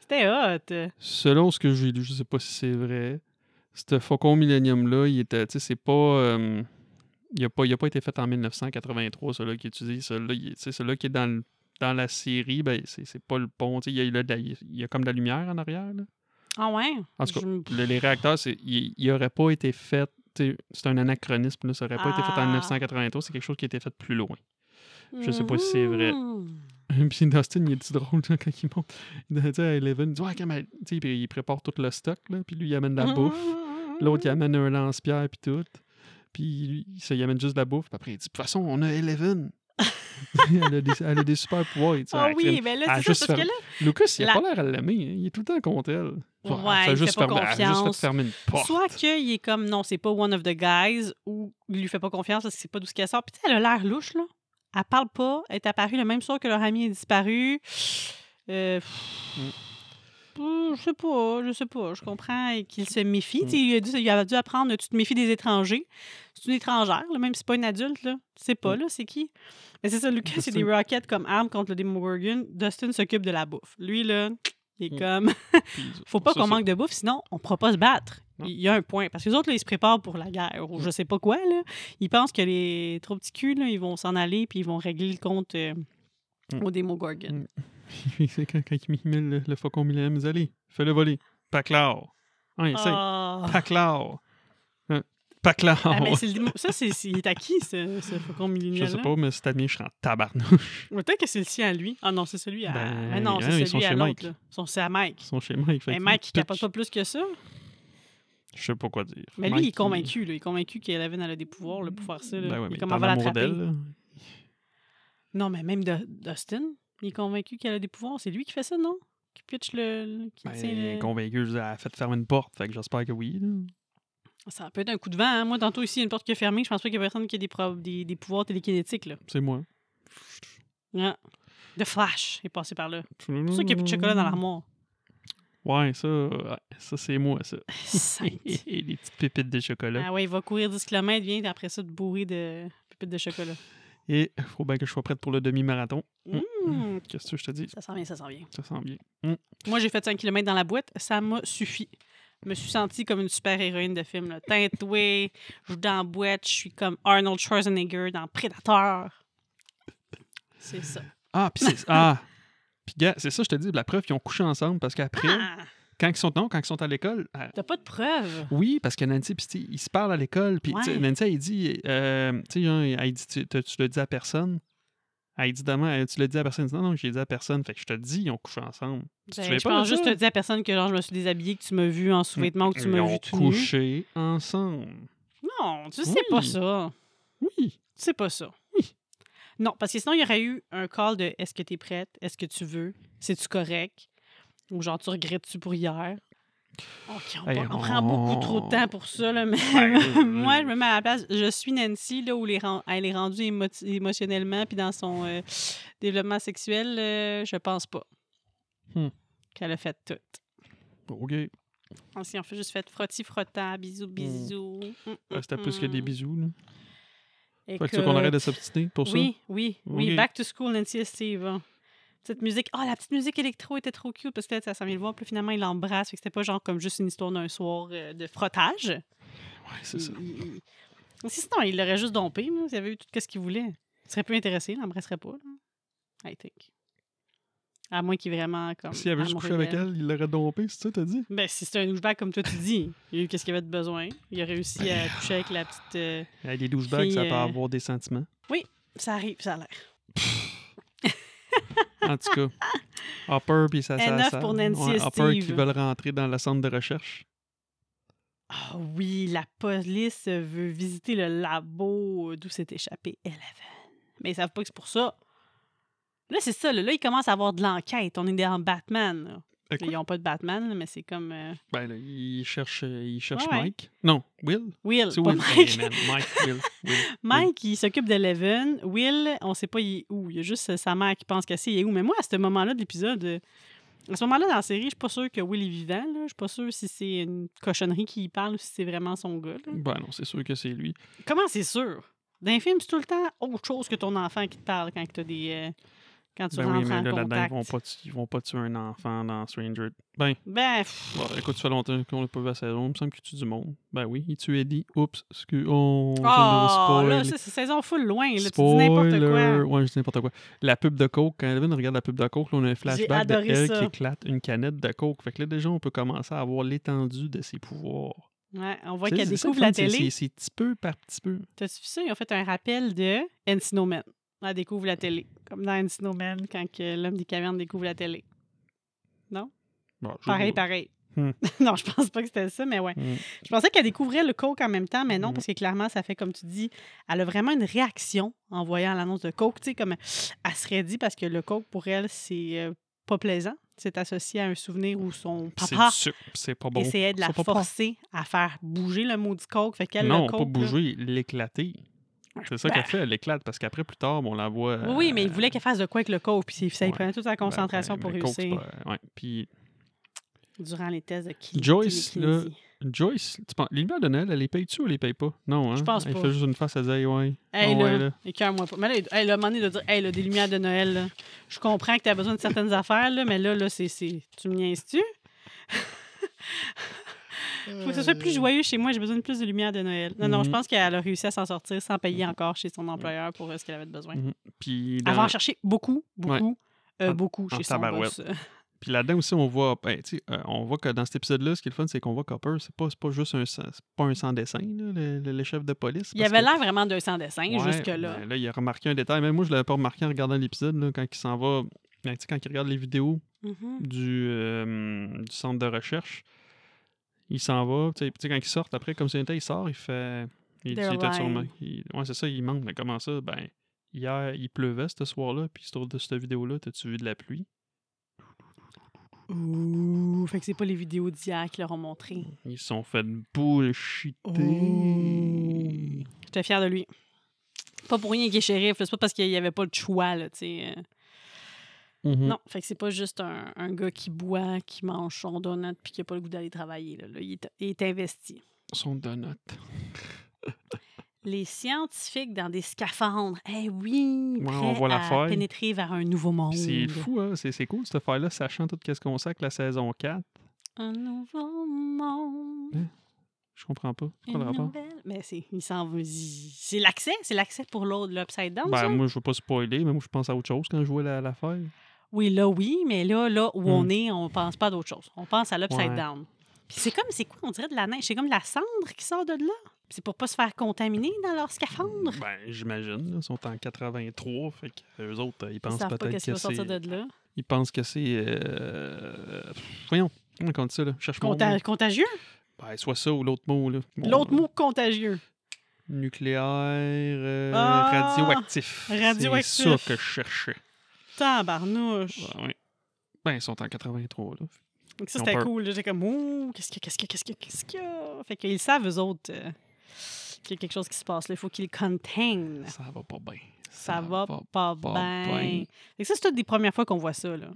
Speaker 3: C'était hot.
Speaker 4: Selon ce que j'ai lu, je sais pas si c'est vrai, ce Faucon Millennium-là, il était, tu sais, c'est pas... euh, il a pas, il a pas été fait en 1983, celui-là qui est utilisé. Celui-là, il- tu sais, celui-là qui est dans, le- dans la série, ben, c'est c'est pas le pont. tu sais, Il y, a, il, y a de la- il y a comme de la lumière en arrière. là.
Speaker 3: Ah ouais?
Speaker 4: En tout cas,
Speaker 3: Je me-
Speaker 4: Le- les réacteurs, c'est- il il aurait pas été fait. tu sais, C'est un anachronisme. là, ça aurait pas été fait
Speaker 3: Ah.
Speaker 4: en 1983. C'est quelque chose qui a été fait plus loin. je sais pas si c'est vrai.
Speaker 3: Mhm.
Speaker 4: Puis Dustin, il est drôle là, quand il monte. Il dit à Eleven, il dit, ouais, comment- tu sais, puis il prépare tout le stock, là, puis lui, il amène de
Speaker 3: Mmh. Mm.
Speaker 4: la bouffe. L'autre, il amène un lance-pierre, puis tout. Puis lui, ça, il amène juste de la bouffe. Puis après, il dit, de toute façon, on a Eleven. elle, a des, elle a des super pouvoirs. tu sais,
Speaker 3: Ah
Speaker 4: elle
Speaker 3: oui,
Speaker 4: crime.
Speaker 3: mais
Speaker 4: Ah,
Speaker 3: là, c'est
Speaker 4: juste
Speaker 3: ça, parce
Speaker 4: faire-
Speaker 3: que là,
Speaker 4: Lucas, il
Speaker 3: La-
Speaker 4: a pas l'air à l'aimer. hein. Il est tout le temps contre elle. Genre,
Speaker 3: Ouais,
Speaker 4: elle
Speaker 3: il
Speaker 4: fait
Speaker 3: fait
Speaker 4: juste
Speaker 3: pas
Speaker 4: fermer, elle fait juste
Speaker 3: confiance.
Speaker 4: fermer une porte.
Speaker 3: soit qu'il est comme non, c'est pas one of the guys ou il lui fait pas confiance parce que c'est pas d'où ce qu'elle sort. Puis tu sais, elle a l'air louche, là. Elle parle pas. Elle est apparue le même soir que leur ami est disparu. Euh, pff,
Speaker 4: Mm.
Speaker 3: euh, Je sais pas, je sais pas. Je comprends qu'il se méfie.
Speaker 4: Mm.
Speaker 3: Tu sais, Il, a dû, il a dû apprendre tu te méfies des étrangers. C'est une étrangère, là, même si c'est pas une adulte. Là. Tu sais pas, là, c'est qui. Mais c'est ça, Lucas, c'est des
Speaker 4: Mm. Dustin.
Speaker 3: rockets comme arme contre le Demogorgon. Dustin s'occupe de la bouffe. Lui, là, il est
Speaker 4: Mm.
Speaker 3: comme.
Speaker 4: Puis,
Speaker 3: Faut pas
Speaker 4: ça,
Speaker 3: qu'on
Speaker 4: c'est-
Speaker 3: manque de bouffe, sinon on pourra pas se battre.
Speaker 4: Non.
Speaker 3: Il y a un point. Parce que les autres, là, ils se préparent pour la guerre ou je sais pas quoi. Là. Ils pensent que les trop petits culs, là, ils vont s'en aller puis ils vont régler le compte euh,
Speaker 4: Mm.
Speaker 3: au Demogorgon.
Speaker 4: Mm. c'est quand, quand il met le, le faucon millénaire, mais allez, fais-le voler. Paclard. Ah, il essaie.
Speaker 3: Ah.
Speaker 4: Paclard. Hein, Paclard.
Speaker 3: Ah, mais c'est hein. le démo- ça, c'est, c'est- il est à qui, ce, ce faucon
Speaker 4: Je sais
Speaker 3: millénaire-là?
Speaker 4: pas, mais cet ami, je suis en tabarnouche.
Speaker 3: Peut-être que c'est le sien à lui. Ah non, c'est celui à.
Speaker 4: Ben,
Speaker 3: Ah non,
Speaker 4: hein,
Speaker 3: c'est
Speaker 4: ils sont
Speaker 3: celui à
Speaker 4: chez Mike.
Speaker 3: l'autre. là. Ils sont- C'est à Mike.
Speaker 4: Ils sont chez Mike. fait
Speaker 3: Mais
Speaker 4: que-
Speaker 3: Mike, il
Speaker 4: tout-
Speaker 3: capote pas plus que ça.
Speaker 4: Je sais pas quoi dire.
Speaker 3: Mais
Speaker 4: Mike,
Speaker 3: lui, il est convaincu. Là. Il est convaincu qu'Eleven elle a des pouvoirs là, pour faire ça. Là.
Speaker 4: Ben ouais,
Speaker 3: Il
Speaker 4: mais
Speaker 3: est
Speaker 4: il
Speaker 3: comme,
Speaker 4: est
Speaker 3: on
Speaker 4: en
Speaker 3: va
Speaker 4: amour
Speaker 3: l'attraper.
Speaker 4: d'elle. là.
Speaker 3: Non, mais même Du- Dustin, il est convaincu qu'elle a des pouvoirs. C'est lui qui fait ça, non? Qui pitch le. le- qui
Speaker 4: Ben,
Speaker 3: tient le-
Speaker 4: convaincu, je dis, elle a fait fermer une porte. Fait que j'espère que oui. là.
Speaker 3: Ça peut être un coup de vent. hein. Moi, tantôt, ici, il y a une porte qui est fermée. Je pense pas qu'il y a personne qui a des, pro- des, des pouvoirs télékinétiques. Là.
Speaker 4: C'est moi.
Speaker 3: Hein? The Flash est passé par là. C'est pour ça qu'il n'y a plus de chocolat dans l'armoire.
Speaker 4: Ouais, ça, ouais, ça c'est moi, ça.
Speaker 3: Sainte.
Speaker 4: Et et les petites pépites de chocolat.
Speaker 3: Ah ouais, il va courir 10 km, vient après ça de bourrer de pépites de chocolat.
Speaker 4: Et faut bien que je sois prête pour le demi-marathon. Mm.
Speaker 3: Mm,
Speaker 4: Qu'est-ce que je te dis?
Speaker 3: Ça sent bien, ça sent bien.
Speaker 4: Ça sent bien.
Speaker 3: Moi, j'ai fait 5 km dans la boîte. Ça m'a suffi. Je me suis sentie comme une super héroïne de film. Là. Teintouée, je joue dans la boîte, je suis comme Arnold Schwarzenegger dans Predator. C'est ça.
Speaker 4: Ah, puis c'est ah, Puis, gars, c'est ça, je te dis, la preuve, ils ont couché ensemble parce qu'après,
Speaker 3: Ah!
Speaker 4: quand ils sont non, quand ils sont à l'école, euh, elle-
Speaker 3: T'as pas de preuves?
Speaker 4: oui, parce que Nancy, puis Steve, ils se parlent à l'école, puis tu sais,
Speaker 3: Ouais.
Speaker 4: Nancy, elle dit, euh, tu sais, genre, elle dit, tu, tu- tu le dis à personne. Elle dit d'avant, elle, tu le dis à personne. Elle dit, non, non, je l'ai dit à personne. Fait que je te dis, ils ont couché ensemble. te
Speaker 3: Ben,
Speaker 4: souviens
Speaker 3: je
Speaker 4: pas de
Speaker 3: pense juste
Speaker 4: ça?
Speaker 3: te dire à personne que genre, je me suis déshabillée, que tu m'as vu en sous-vêtements ou que tu
Speaker 4: ils
Speaker 3: m'as
Speaker 4: ont
Speaker 3: vu tout nu.
Speaker 4: couché ensemble.
Speaker 3: Non, tu sais
Speaker 4: Oui.
Speaker 3: pas ça.
Speaker 4: Oui.
Speaker 3: Tu sais pas ça.
Speaker 4: Oui.
Speaker 3: Non, parce que sinon, il y aurait eu un call de est-ce que t'es prête? Est-ce que tu veux? C'est-tu correct? Ou genre, tu regrettes-tu pour hier? Oh, OK, on,
Speaker 4: Hey, oh.
Speaker 3: pa- on
Speaker 4: on-
Speaker 3: prend beaucoup trop de temps pour ça, là, mais
Speaker 4: Ouais,
Speaker 3: moi,
Speaker 4: euh,
Speaker 3: je me mets à la place. Je suis Nancy, là, où les ren- elle est rendue émo- émotionnellement, puis dans son euh, développement sexuel, euh, je pense pas
Speaker 4: Hmm.
Speaker 3: qu'elle a fait tout.
Speaker 4: OK.
Speaker 3: On s'y en fait juste fait frotti frottant, bisous bisous. Mm,
Speaker 4: Ouais, C'était
Speaker 3: mm,
Speaker 4: Hmm. plus que des
Speaker 3: mm.
Speaker 4: bisous. Là. Fait que
Speaker 3: Écoute,
Speaker 4: tu veux qu'on arrête de s'obstiner pour ça?
Speaker 3: Oui, oui, oui.
Speaker 4: Ok.
Speaker 3: Back to school, Nancy et Steve. hein. Petite musique. Oh, la petite musique électro était trop cute parce que là, ça s'en vient le voir. Puis finalement, il l'embrasse. Fait que c'était pas genre comme juste une histoire d'un soir euh, de frottage.
Speaker 4: Ouais, c'est ça.
Speaker 3: Il- il- il- Si sinon, il l'aurait juste dompé. là. S'il avait eu tout ce qu'il voulait, il serait plus intéressé. Il l'embrasserait pas. là. I think. À moins qu'il est vraiment comme.
Speaker 4: S'il avait juste
Speaker 3: amoureux
Speaker 4: couché avec
Speaker 3: d'elle.
Speaker 4: elle, il l'aurait dompé, c'est ça, t'as dit?
Speaker 3: Ben, si c'était un douchebag comme toi, tu dis, il a eu qu'est-ce qu'il avait de besoin. Il a réussi à
Speaker 4: Ben,
Speaker 3: coucher avec la petite. euh,
Speaker 4: Ah, les douchebags,
Speaker 3: Fille,
Speaker 4: ça peut
Speaker 3: euh,
Speaker 4: avoir des sentiments.
Speaker 3: Ça arrive, ça a l'air.
Speaker 4: En tout cas, Hopper puis ça, ça,
Speaker 3: Enough
Speaker 4: ça.
Speaker 3: pour Nancy et
Speaker 4: Hopper qui
Speaker 3: Steve.
Speaker 4: veulent rentrer dans le centre de recherche.
Speaker 3: Ah oui, la police veut visiter le labo d'où s'est échappé Eleven. Mais ils savent pas que c'est pour ça. Là, c'est ça. Là, là, ils commencent à avoir de l'enquête. On est dans Batman. là.
Speaker 4: Euh,
Speaker 3: Là,
Speaker 4: quoi?
Speaker 3: Ils n'ont pas de Batman, là, mais c'est comme euh,
Speaker 4: Ben là, ils cherchent, euh, ils cherchent
Speaker 3: Ouais, ouais.
Speaker 4: Mike. Non, Will.
Speaker 3: Will.
Speaker 4: C'est
Speaker 3: pas
Speaker 4: Will.
Speaker 3: Mike.
Speaker 4: Hey, man, Mike, Will. Will, Will.
Speaker 3: Mike, il s'occupe d'Eleven. Will, on sait pas il est où. Il y a juste sa mère qui pense qu'elle sait il est où. Mais moi, à ce moment-là de l'épisode, euh, à ce moment-là dans la série, je suis pas sûre que Will est vivant. là. Je suis pas sûre si c'est une cochonnerie qui y parle ou si c'est vraiment son gars. là.
Speaker 4: Ben non, c'est sûr que c'est lui.
Speaker 3: Comment c'est sûr? Dans les films, c'est tout le temps autre chose que ton enfant qui te parle quand tu des. euh, quand tu
Speaker 4: ben
Speaker 3: rentres
Speaker 4: oui, mais
Speaker 3: en
Speaker 4: là, là-dedans, ils
Speaker 3: contact.
Speaker 4: vont, pas tu- ils vont pas tuer un enfant dans Stranger. Ben,
Speaker 3: Ben, pff,
Speaker 4: bon, écoute, ça fait longtemps qu'on l'a pas vu à saison. Il me semble qu'il tue du monde. Ben oui, il tue Eddie. Oups, excuse. On... je viens de
Speaker 3: oh,
Speaker 4: spoiler.
Speaker 3: là, ça, c'est saison full loin. Là, tu dis n'importe
Speaker 4: Spoiler!
Speaker 3: quoi.
Speaker 4: Ouais, je dis n'importe quoi. La pub de Coke, quand Elvin regarde la pub de Coke, là, on a un flashback de
Speaker 3: adoré
Speaker 4: elle
Speaker 3: ça.
Speaker 4: qui éclate une canette de Coke. Fait que là, déjà, on peut commencer à avoir l'étendue de ses pouvoirs.
Speaker 3: Ouais, on voit
Speaker 4: Tu sais,
Speaker 3: qu'elle
Speaker 4: c'est ça le
Speaker 3: découvre
Speaker 4: fun,
Speaker 3: la
Speaker 4: c'est-
Speaker 3: télé.
Speaker 4: c'est- C'est petit peu par petit peu.
Speaker 3: T'as-tu vu ça? Ils ont fait un rappel de Encino Man. Elle découvre la télé. Comme dans Encino Man, quand que l'homme des cavernes découvre la télé.
Speaker 4: Bon, je-
Speaker 3: Pareil, pareil.
Speaker 4: Hmm.
Speaker 3: non, je pense pas que c'était ça, mais ouais.
Speaker 4: Hmm.
Speaker 3: Je pensais qu'elle découvrait le Coke en même temps, mais non,
Speaker 4: Hmm.
Speaker 3: parce que clairement, ça fait comme tu dis, elle a vraiment une réaction en voyant l'annonce de Coke. Tu sais, comme elle serait dit, parce que le Coke, pour elle, c'est euh, pas plaisant. C'est associé à un souvenir où son
Speaker 4: C'est
Speaker 3: papa
Speaker 4: du sucre, puis c'est pas bon.
Speaker 3: essayait de la
Speaker 4: son papa.
Speaker 3: forcer à faire bouger le maudit Coke. Fait qu'elle,
Speaker 4: non,
Speaker 3: le Coke. là-
Speaker 4: pas bouger, l'éclater. C'est ça
Speaker 3: Ben.
Speaker 4: qu'elle fait, elle éclate, parce qu'après, plus tard, bon, on la voit.
Speaker 3: Oui, oui, mais il
Speaker 4: euh,
Speaker 3: voulait qu'elle fasse de quoi avec le Coke, puis c'est- ça lui
Speaker 4: Ouais.
Speaker 3: prenait toute sa
Speaker 4: ben,
Speaker 3: concentration
Speaker 4: ben,
Speaker 3: pour
Speaker 4: le coke, c'est
Speaker 3: réussir
Speaker 4: pas- ouais. Puis
Speaker 3: durant les tests de qui
Speaker 4: Joyce, là, Joyce, tu penses, les lumières de Noël, elle les paye-tu ou elle les paye pas? Non, hein?
Speaker 3: Je pense
Speaker 4: elle
Speaker 3: pas.
Speaker 4: fait juste une face à dire, ouais.
Speaker 3: Hey,
Speaker 4: ah
Speaker 3: là,
Speaker 4: ouais, là.
Speaker 3: écoeure-moi pas. Mais là, hey, là, à un moment donné, de dire, hey, là, des lumières de Noël, là. je comprends que tu as besoin de certaines affaires, là, mais là, là, c'est, c'est... tu me niaises-tu? Faut que ce soit plus joyeux chez moi, j'ai besoin de plus de lumières de Noël. Non, non, je
Speaker 4: Mhm.
Speaker 3: pense qu'elle a réussi à s'en sortir sans payer encore chez son employeur pour euh, ce qu'elle avait de besoin.
Speaker 4: Mhm. Puis
Speaker 3: Elle
Speaker 4: dans-
Speaker 3: va en chercher beaucoup, beaucoup, euh,
Speaker 4: En-
Speaker 3: beaucoup
Speaker 4: en
Speaker 3: chez son boss.
Speaker 4: tabarouette. puis là-dedans aussi, on voit, ben, tu sais, euh, on voit que dans cet épisode-là, ce qui est le fun, c'est qu'on voit Copper, c'est pas, c'est pas juste un, sans- c'est pas un sans-dessin, là, le, le- le chef de police.
Speaker 3: Il
Speaker 4: parce
Speaker 3: avait
Speaker 4: que-
Speaker 3: l'air vraiment d'un sans-dessin
Speaker 4: Ouais,
Speaker 3: jusque-là.
Speaker 4: ben là, il a remarqué un détail. Même moi, je l'avais pas remarqué en regardant l'épisode, là, quand il s'en va, ben, tu sais, quand il regarde les vidéos
Speaker 3: Mhm.
Speaker 4: du, euh, du centre de recherche, il s'en va, tu sais, puis tu sais, quand il sort, après, comme c'est un il sort, il fait... Il,
Speaker 3: They're
Speaker 4: il était
Speaker 3: lying.
Speaker 4: sûrement- il- ouais, c'est ça, il manque, mais comment ça? Ben, hier, il pleuvait ce soir-là, puis sur de cette vidéo-là, t'as-tu vu de la pluie?
Speaker 3: Ouh, fait que c'est pas les vidéos d'hier qui leur ont montré.
Speaker 4: Ils se sont fait bullshiter.
Speaker 3: Oh. J'étais fière de lui. Pas pour rien qu'il est shérif, là. c'est pas parce qu'il n'y avait pas le choix, là, tu sais. euh.
Speaker 4: Mhm.
Speaker 3: Non, fait que c'est pas juste un, un gars qui boit, qui mange son donut puis qui a pas le goût d'aller travailler, là. là. Il, est, il est investi.
Speaker 4: Son donut.
Speaker 3: Les scientifiques dans des scaphandres, eh oui,
Speaker 4: Ouais,
Speaker 3: prêts
Speaker 4: on voit la
Speaker 3: à
Speaker 4: feuille.
Speaker 3: pénétrer vers un nouveau monde.
Speaker 4: Puis C'est fou, hein? C'est c'est cool, cette affaire-là, sachant tout qu'est-ce qu'on sait avec la saison 4.
Speaker 3: Un nouveau monde.
Speaker 4: Je comprends pas. Hein, C'est quoi
Speaker 3: Une
Speaker 4: le rapport?
Speaker 3: nouvelle... Mais c'est, il s'en va- c'est l'accès, c'est l'accès pour l'autre, l'upside down. Ah ça?
Speaker 4: Ben, moi, je veux pas spoiler, mais moi, je pense à autre chose quand je vois la- l'affaire.
Speaker 3: Oui, là, oui, mais là, là où on
Speaker 4: Hmm.
Speaker 3: est, on pense pas à d'autre chose. On pense à l'upside
Speaker 4: Ouais.
Speaker 3: down. Puis c'est comme, c'est quoi, on dirait de la neige? C'est comme de la cendre qui sort de là. Puis C'est pour pas se faire contaminer dans leur scaphandre.
Speaker 4: Ben, j'imagine. là, Ils sont en 83, fait que eux autres, euh, ils
Speaker 3: Ils
Speaker 4: pensent
Speaker 3: savent pas
Speaker 4: peut-être
Speaker 3: qu'est-ce qui
Speaker 4: que
Speaker 3: va sortir
Speaker 4: c'est...
Speaker 3: de là.
Speaker 4: Ils pensent que c'est... euh, pff, Voyons, comment on dit ça, là? Je Cherche mon
Speaker 3: Conta-
Speaker 4: mot.
Speaker 3: Contagieux?
Speaker 4: Ben, soit ça ou l'autre mot, là. Bon,
Speaker 3: L'autre
Speaker 4: euh,
Speaker 3: mot contagieux.
Speaker 4: Nucléaire, euh,
Speaker 3: Ah!
Speaker 4: radioactif.
Speaker 3: Radioactif.
Speaker 4: C'est ça que je cherchais.
Speaker 3: Tabarnouche.
Speaker 4: Ben, ouais. Ben, ils sont en 83, là.
Speaker 3: Donc ça,
Speaker 4: Ils ont
Speaker 3: c'était
Speaker 4: peur.
Speaker 3: cool. là. J'étais comme, ouh, qu'est-ce que, qu'est-ce que, qu'est-ce que, qu'est-ce que. Fait qu'ils savent, eux autres, euh, qu'il y a quelque chose qui se passe. là. Il faut qu'ils le containent.
Speaker 4: Ça va pas bien.
Speaker 3: Ça, va, pas, bien.
Speaker 4: bien.
Speaker 3: Fait que ça, c'est toutes des premières fois qu'on voit ça, là.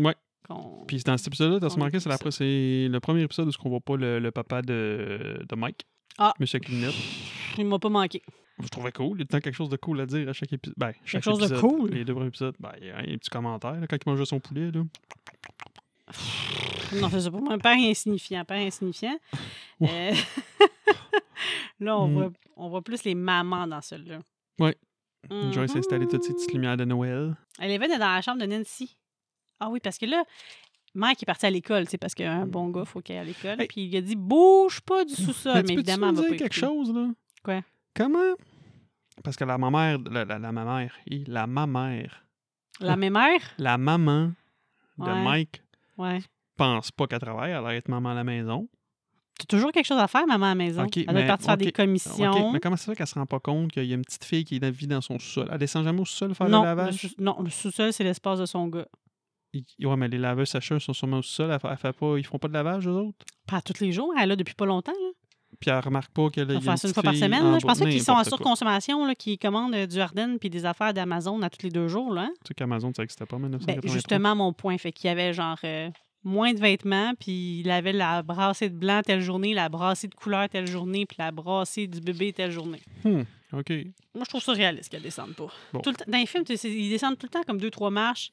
Speaker 4: Ouais.
Speaker 3: Qu'on-
Speaker 4: Puis dans cet épisode-là, t'as
Speaker 3: On
Speaker 4: remarqué,
Speaker 3: écoute
Speaker 4: c'est la-
Speaker 3: ça.
Speaker 4: après- c'est le premier épisode où on voit pas le, le papa de, de Mike.
Speaker 3: Ah.
Speaker 4: Monsieur Clinette.
Speaker 3: Il m'a pas manqué.
Speaker 4: Je trouvais cool. Il y a tout le temps quelque chose de cool à dire à chaque épisode. Ben, chaque
Speaker 3: chose de
Speaker 4: épisode.
Speaker 3: cool?
Speaker 4: Les deux premiers épisodes. Ben, il y a un petit commentaire là, quand il mangeait son poulet. Là.
Speaker 3: Non, c'est ça pour moi. Pas insignifiant, pas insignifiant. Euh, là, on,
Speaker 4: Mm.
Speaker 3: voit, on voit plus les mamans dans celui-là.
Speaker 4: Ouais.
Speaker 3: Mhm.
Speaker 4: Joyce a installé toutes ses petites lumières de Noël.
Speaker 3: Elle est dans la chambre de Nancy. Ah oui, parce que là, Mike est parti à l'école, c'est parce qu'un bon gars, faut qu'il aille à l'école.
Speaker 4: Mmh. Hey. Mmh.
Speaker 3: Puis il a dit bouge pas du sous-sol. Mais,
Speaker 4: tu peux-tu
Speaker 3: évidemment,
Speaker 4: nous
Speaker 3: elle va
Speaker 4: dire
Speaker 3: pas
Speaker 4: quelque
Speaker 3: écouter.
Speaker 4: chose, là?
Speaker 3: Quoi?
Speaker 4: Comment? Parce que la mamère, la, la, la mamère, hi, la mamère,
Speaker 3: La mémère?
Speaker 4: la maman de
Speaker 3: Ouais.
Speaker 4: Mike
Speaker 3: Ouais.
Speaker 4: pense pas qu'elle travaille, elle a être maman à la maison.
Speaker 3: T'as toujours quelque chose à faire, maman, à la maison.
Speaker 4: Ok,
Speaker 3: elle doit
Speaker 4: mais-
Speaker 3: partir faire des
Speaker 4: ok,
Speaker 3: commissions.
Speaker 4: OK, mais comment ça fait qu'elle se rend pas compte qu'il y a une petite fille qui vit dans son sous-sol? Elle descend jamais au sous-sol faire
Speaker 3: non,
Speaker 4: le
Speaker 3: le
Speaker 4: lavage?
Speaker 3: sous- non, le sous-sol, c'est l'espace de son gars.
Speaker 4: Il- Ouais, mais les laveurs sécheurs sont sûrement au sous-sol. Elle, fa- elle fait pas, ils font pas de lavage, eux autres?
Speaker 3: Pas tous les jours, elle a depuis pas longtemps. Là.
Speaker 4: Puis elle remarque pas qu'elle a
Speaker 3: On
Speaker 4: il y a
Speaker 3: fait
Speaker 4: une
Speaker 3: ça
Speaker 4: petite
Speaker 3: une fois par
Speaker 4: fille
Speaker 3: semaine.
Speaker 4: en
Speaker 3: là. Je
Speaker 4: bas.
Speaker 3: pensais qu'ils sont en
Speaker 4: N'importe quoi.
Speaker 3: surconsommation, là, qu'ils commandent euh, du Arden puis des affaires d'Amazon à tous les deux jours. Là. hein.
Speaker 4: Tu sais qu'Amazon, ça n'existait pas en
Speaker 3: Ben,
Speaker 4: 1983.
Speaker 3: justement, mon point fait qu'il y avait genre euh, moins de vêtements, puis il avait la brassée de blanc telle journée, la brassée de couleur telle journée, puis la brassée du bébé telle journée.
Speaker 4: OK.
Speaker 3: Moi, je trouve ça réaliste qu'elle descende pas.
Speaker 4: Bon.
Speaker 3: Tout le temps- dans les films, tu sais, ils descendent tout le temps comme deux, trois marches.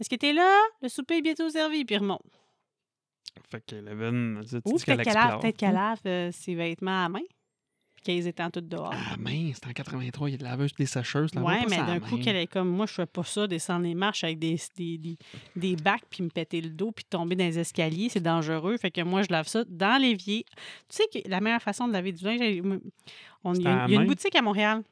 Speaker 3: Est-ce que t'es là? Le souper est bientôt servi, puis ils remontent.
Speaker 4: Fait qu'Eleven, tu
Speaker 3: Ou
Speaker 4: dis qu'elle
Speaker 3: peut-être qu'elle lave,
Speaker 4: explore.
Speaker 3: peut-être qu'elle lave euh, ses vêtements à main, puis qu'elles étaient en tout dehors.
Speaker 4: Ah mince, c'était en 83, il y a de laveuse, des sécheuses. là-bas,
Speaker 3: Ouais,
Speaker 4: pas
Speaker 3: mais
Speaker 4: ça à
Speaker 3: d'un
Speaker 4: main.
Speaker 3: coup, qu'elle est comme moi, je fais pas ça, descendre les marches avec des, des, des, des bacs, puis me péter le dos, puis tomber dans les escaliers, c'est dangereux. Fait que moi, je lave ça dans l'évier. Tu sais que la meilleure façon de laver du linge, elle- on, il y a,
Speaker 4: à
Speaker 3: une- il y a
Speaker 4: main.
Speaker 3: une boutique à Montréal.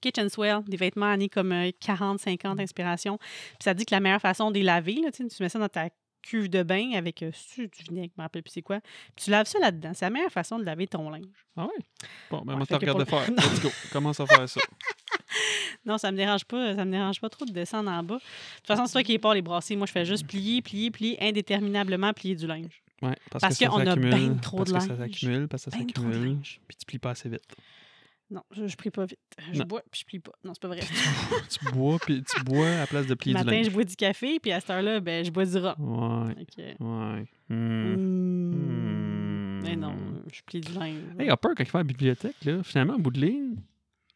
Speaker 3: Kitchen Swell, des vêtements
Speaker 4: Mm.
Speaker 3: années comme euh, 40, 50, inspiration. Puis ça dit que la meilleure façon de les laver, là, tu sais, tu mets ça dans ta cuve de bain avec euh, su- du vinaigre, je me rappelle plus c'est quoi. Puis tu laves ça là-dedans. C'est la meilleure façon de laver ton linge.
Speaker 4: Ah ouais? Bon, ben,
Speaker 3: Ouais,
Speaker 4: moi,
Speaker 3: fait
Speaker 4: t'as
Speaker 3: que
Speaker 4: regardé
Speaker 3: pour
Speaker 4: faire.
Speaker 3: le-
Speaker 4: Let's go. Commence à faire ça.
Speaker 3: Non, ça me dérange pas, ça me dérange pas trop de descendre en bas. De toute façon, c'est toi qui es pas les brassées. Moi, je fais juste plier, plier, plier, indéterminablement plier du linge.
Speaker 4: Ouais, parce,
Speaker 3: Parce
Speaker 4: que, ça
Speaker 3: qu'on a
Speaker 4: s'accumule,
Speaker 3: ben trop
Speaker 4: parce
Speaker 3: de
Speaker 4: que ça
Speaker 3: linge.
Speaker 4: s'accumule, parce que ça
Speaker 3: Ben trop de
Speaker 4: s'accumule,
Speaker 3: linge.
Speaker 4: puis tu plies pas assez vite.
Speaker 3: Non, je, je plie pas vite. Je
Speaker 4: Non.
Speaker 3: bois, puis je plie pas. Non, c'est pas vrai.
Speaker 4: tu bois, puis tu bois à place de
Speaker 3: Le
Speaker 4: plier
Speaker 3: matin,
Speaker 4: du
Speaker 3: je
Speaker 4: linge.
Speaker 3: bois du café, puis à cette heure-là, ben, je bois du rhum.
Speaker 4: Ouais,
Speaker 3: Fait que-
Speaker 4: ouais. Hmm.
Speaker 3: Mmh.
Speaker 4: Hmm.
Speaker 3: Mais non, je plie du linge.
Speaker 4: Hey, Hopper, quand il fait à la bibliothèque, là, finalement, au bout de ligne,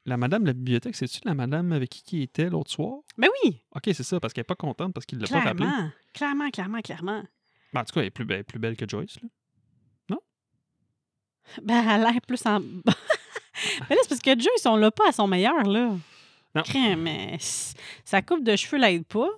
Speaker 4: la madame de la bibliothèque, c'est-tu la madame avec qui il était l'autre soir?
Speaker 3: Ben oui,
Speaker 4: Ok, c'est ça, parce qu'elle n'est pas contente parce qu'il ne l'a pas rappelé.
Speaker 3: clairement, clairement, clairement, clairement.
Speaker 4: Ben, en tout cas, elle est plus, elle est plus belle que Joyce. Là.
Speaker 3: Ben, elle a l'air plus en. Ben là, c'est parce que Joyce, on l'a pas à son meilleur, là.
Speaker 4: Non.
Speaker 3: Crème, mais c- sa coupe de cheveux l'aide pas.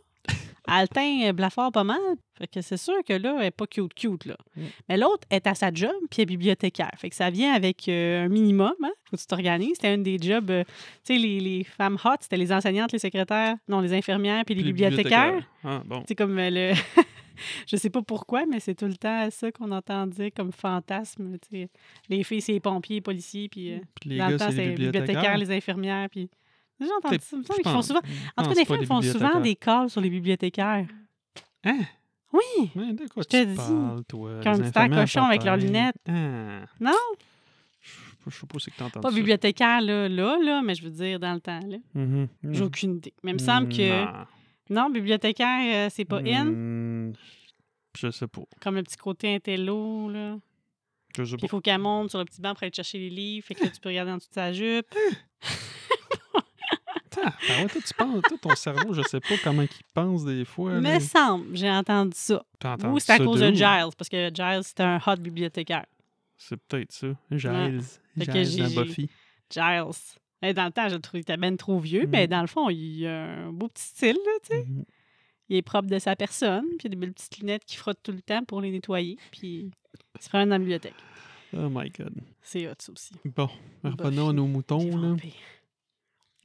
Speaker 3: Elle le teint blafard pas mal. Fait que c'est sûr que là, elle est pas cute, cute, là.
Speaker 4: Mm.
Speaker 3: Mais l'autre est à sa job, puis elle est bibliothécaire. Fait que ça vient avec euh, un minimum, hein. Faut que tu t'organises. C'était une des jobs. euh, tu sais, les, les femmes hot, c'était les enseignantes, les secrétaires, non, les infirmières, puis les,
Speaker 4: Puis
Speaker 3: bibliothécaires.
Speaker 4: Ah, bon.
Speaker 3: C'est comme euh, le. Je sais pas pourquoi, mais c'est tout le temps ça qu'on entend dire comme fantasme. tu sais. Les filles, c'est les pompiers, les policiers, puis euh,
Speaker 4: Puis les
Speaker 3: dans le
Speaker 4: gars,
Speaker 3: temps,
Speaker 4: c'est les bibliothécaires.
Speaker 3: les infirmières. Puis... J'ai déjà entendu
Speaker 4: T'es-
Speaker 3: ça. il me semble
Speaker 4: Je
Speaker 3: qu'ils font
Speaker 4: pense-
Speaker 3: souvent...
Speaker 4: je
Speaker 3: En tout cas,
Speaker 4: pense
Speaker 3: les
Speaker 4: pas
Speaker 3: filles
Speaker 4: les
Speaker 3: font souvent
Speaker 4: bibliothécaires.
Speaker 3: des calls sur les bibliothécaires.
Speaker 4: Hein?
Speaker 3: Oui!
Speaker 4: Mais de quoi
Speaker 3: Je te
Speaker 4: tu
Speaker 3: dis,
Speaker 4: parles, toi?
Speaker 3: comme
Speaker 4: les
Speaker 3: petit
Speaker 4: infirmières,
Speaker 3: cochon avec leurs
Speaker 4: pareil.
Speaker 3: lunettes.
Speaker 4: Ah,
Speaker 3: Non?
Speaker 4: je je sais pas si que t'entends
Speaker 3: Pas
Speaker 4: ça.
Speaker 3: bibliothécaire là, là, là, mais je veux dire dans le temps. là.
Speaker 4: Mhm.
Speaker 3: J'ai aucune idée. Mais il me semble que.
Speaker 4: Non.
Speaker 3: Non, bibliothécaire, euh, c'est pas in.
Speaker 4: Hmm, Je sais pas.
Speaker 3: Comme le petit côté intello, là.
Speaker 4: Je sais
Speaker 3: Puis
Speaker 4: pas.
Speaker 3: il faut qu'elle monte sur le petit banc pour aller chercher les livres. Fait que là, tu peux regarder en dessous de sa jupe.
Speaker 4: Attends, ah ouais, toi, tu penses, toi, ton cerveau, je sais pas comment il pense des fois.
Speaker 3: Me semble, j'ai entendu ça. Ou c'est à cause de
Speaker 4: Giles.
Speaker 3: Giles, parce que Giles, c'était un hot bibliothécaire.
Speaker 4: C'est peut-être ça. Giles.
Speaker 3: Fait que
Speaker 4: Giles dans
Speaker 3: j'ai-
Speaker 4: Buffy.
Speaker 3: Giles. Eh, dans le temps, je le trouvais qu'il était ben trop vieux,
Speaker 4: Mm.
Speaker 3: mais dans le fond, il a un beau petit style. là, tu sais.
Speaker 4: Mhm.
Speaker 3: Il est propre de sa personne, puis il a des belles petites lunettes qui frottent tout le temps pour les nettoyer, puis il se promène dans la bibliothèque.
Speaker 4: Oh my god.
Speaker 3: C'est hot, ça aussi.
Speaker 4: Bon, revenons à
Speaker 3: Buffy,
Speaker 4: nos moutons, là.
Speaker 3: Développé.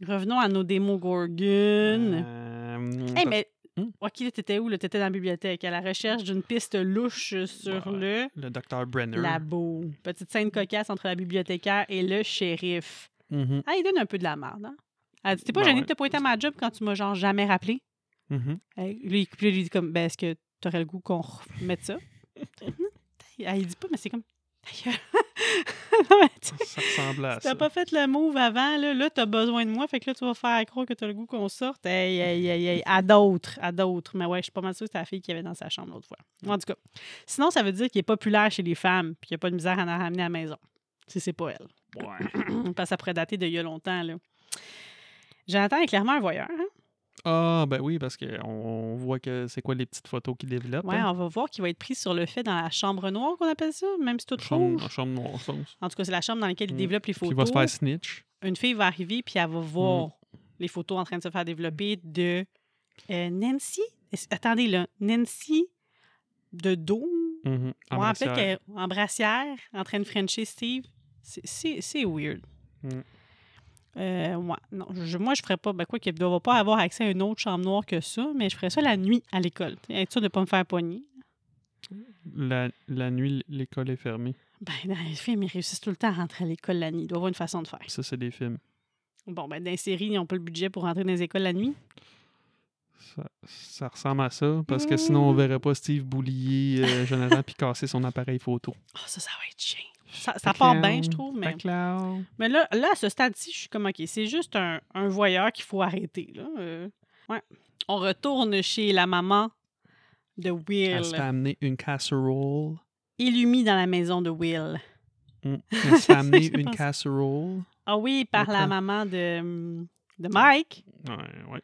Speaker 3: Revenons à nos démos Gorgon.
Speaker 4: Euh,
Speaker 3: Eh,
Speaker 4: parce-
Speaker 3: mais.
Speaker 4: Hmm?
Speaker 3: Ok, là, t'étais où? là? T'étais dans la bibliothèque, à la recherche d'une piste louche sur
Speaker 4: Ouais.
Speaker 3: le.
Speaker 4: Le docteur Brenner.
Speaker 3: Labo. Petite scène cocasse entre la bibliothécaire et le shérif.
Speaker 4: Mhm,
Speaker 3: Ah, il donne un peu de la merde, hein? Elle dit T'es pas
Speaker 4: Ben
Speaker 3: gênée
Speaker 4: ouais.
Speaker 3: de te pointer à ma job quand tu m'as genre jamais rappelé?
Speaker 4: mhm.
Speaker 3: Elle- Lui, puis lui, il dit comme Ben, est-ce que t'aurais le goût qu'on remette ça? Elle il dit pas, mais c'est comme Ta gueule. Non, mais tu-
Speaker 4: Ça ressemble à
Speaker 3: si T'as
Speaker 4: ça.
Speaker 3: pas fait le move avant, là, là t'as besoin de moi, fait que là, tu vas faire croire que t'as le goût qu'on sorte. Hey, hey, hey, hey, à d'autres, à d'autres. Mais ouais, je suis pas mal sûre que c'était la fille qu'il y avait dans sa chambre l'autre fois. En tout cas, sinon, ça veut dire qu'il est populaire chez les femmes, puis qu'il n'y a pas de misère à en ramener à la maison. Si c'est pas elle.
Speaker 4: Ouais.
Speaker 3: Parce que ça pourrait dater d'il y a longtemps, là. Jonathan est clairement un voyeur. hein.
Speaker 4: Ah, ben oui, parce qu'on on voit que c'est quoi les petites photos qu'il développe.
Speaker 3: Ouais,
Speaker 4: hein.
Speaker 3: on va voir qu'il va être pris sur le fait dans la chambre noire qu'on appelle ça, même si tout
Speaker 4: chambre,
Speaker 3: rouge.
Speaker 4: chambre noire, je pense.
Speaker 3: En tout cas, c'est la chambre dans laquelle il
Speaker 4: Mm.
Speaker 3: développe les
Speaker 4: Puis
Speaker 3: photos.
Speaker 4: il va se faire snitch.
Speaker 3: Une fille va arriver puis elle va voir les photos en train de se faire développer de euh, Nancy. Est-ce- Attendez là, Nancy de dos.
Speaker 4: Mhm.
Speaker 3: On rappelle
Speaker 4: Embrassière.
Speaker 3: qu'elle est en brassière, en train de frencher Steve. C'est- C'est c'est weird.
Speaker 4: Mm.
Speaker 3: Euh, ouais, non, je- moi, je ferais pas. Ben, quoi qu'il ne doit pas avoir accès à une autre chambre noire que ça, mais je ferais ça la nuit à l'école. t'sais, Être sûr de ne pas me faire pogner.
Speaker 4: La, la nuit, l'école est fermée.
Speaker 3: Ben, dans les films, ils réussissent tout le temps à rentrer à l'école la nuit. Il doit avoir une façon de faire.
Speaker 4: Ça, c'est des films.
Speaker 3: Bon, ben, dans les séries, ils n'ont pas le budget pour rentrer dans les écoles la nuit.
Speaker 4: Ça, ça ressemble à ça, parce que sinon,
Speaker 3: Mm.
Speaker 4: on verrait pas Steve boulier euh, Jonathan puis casser son appareil photo.
Speaker 3: Ah, ça, ça va être chiant. Ça, ça part bien, je trouve, mais.
Speaker 4: Fait que là,
Speaker 3: Mais là, là à ce stade-ci, je suis comme, OK, c'est juste un, un voyeur qu'il faut arrêter. Là. Euh, ouais. On retourne chez la maman de
Speaker 4: Elle se fait
Speaker 3: Will.
Speaker 4: amener une casserole.
Speaker 3: Illumi dans la maison de Will.
Speaker 4: Mm. Elle se fait amener
Speaker 3: Je
Speaker 4: une
Speaker 3: pense-
Speaker 4: casserole.
Speaker 3: Ah oui, par la
Speaker 4: D'accord.
Speaker 3: maman de, de Mike.
Speaker 4: Ouais, ouais.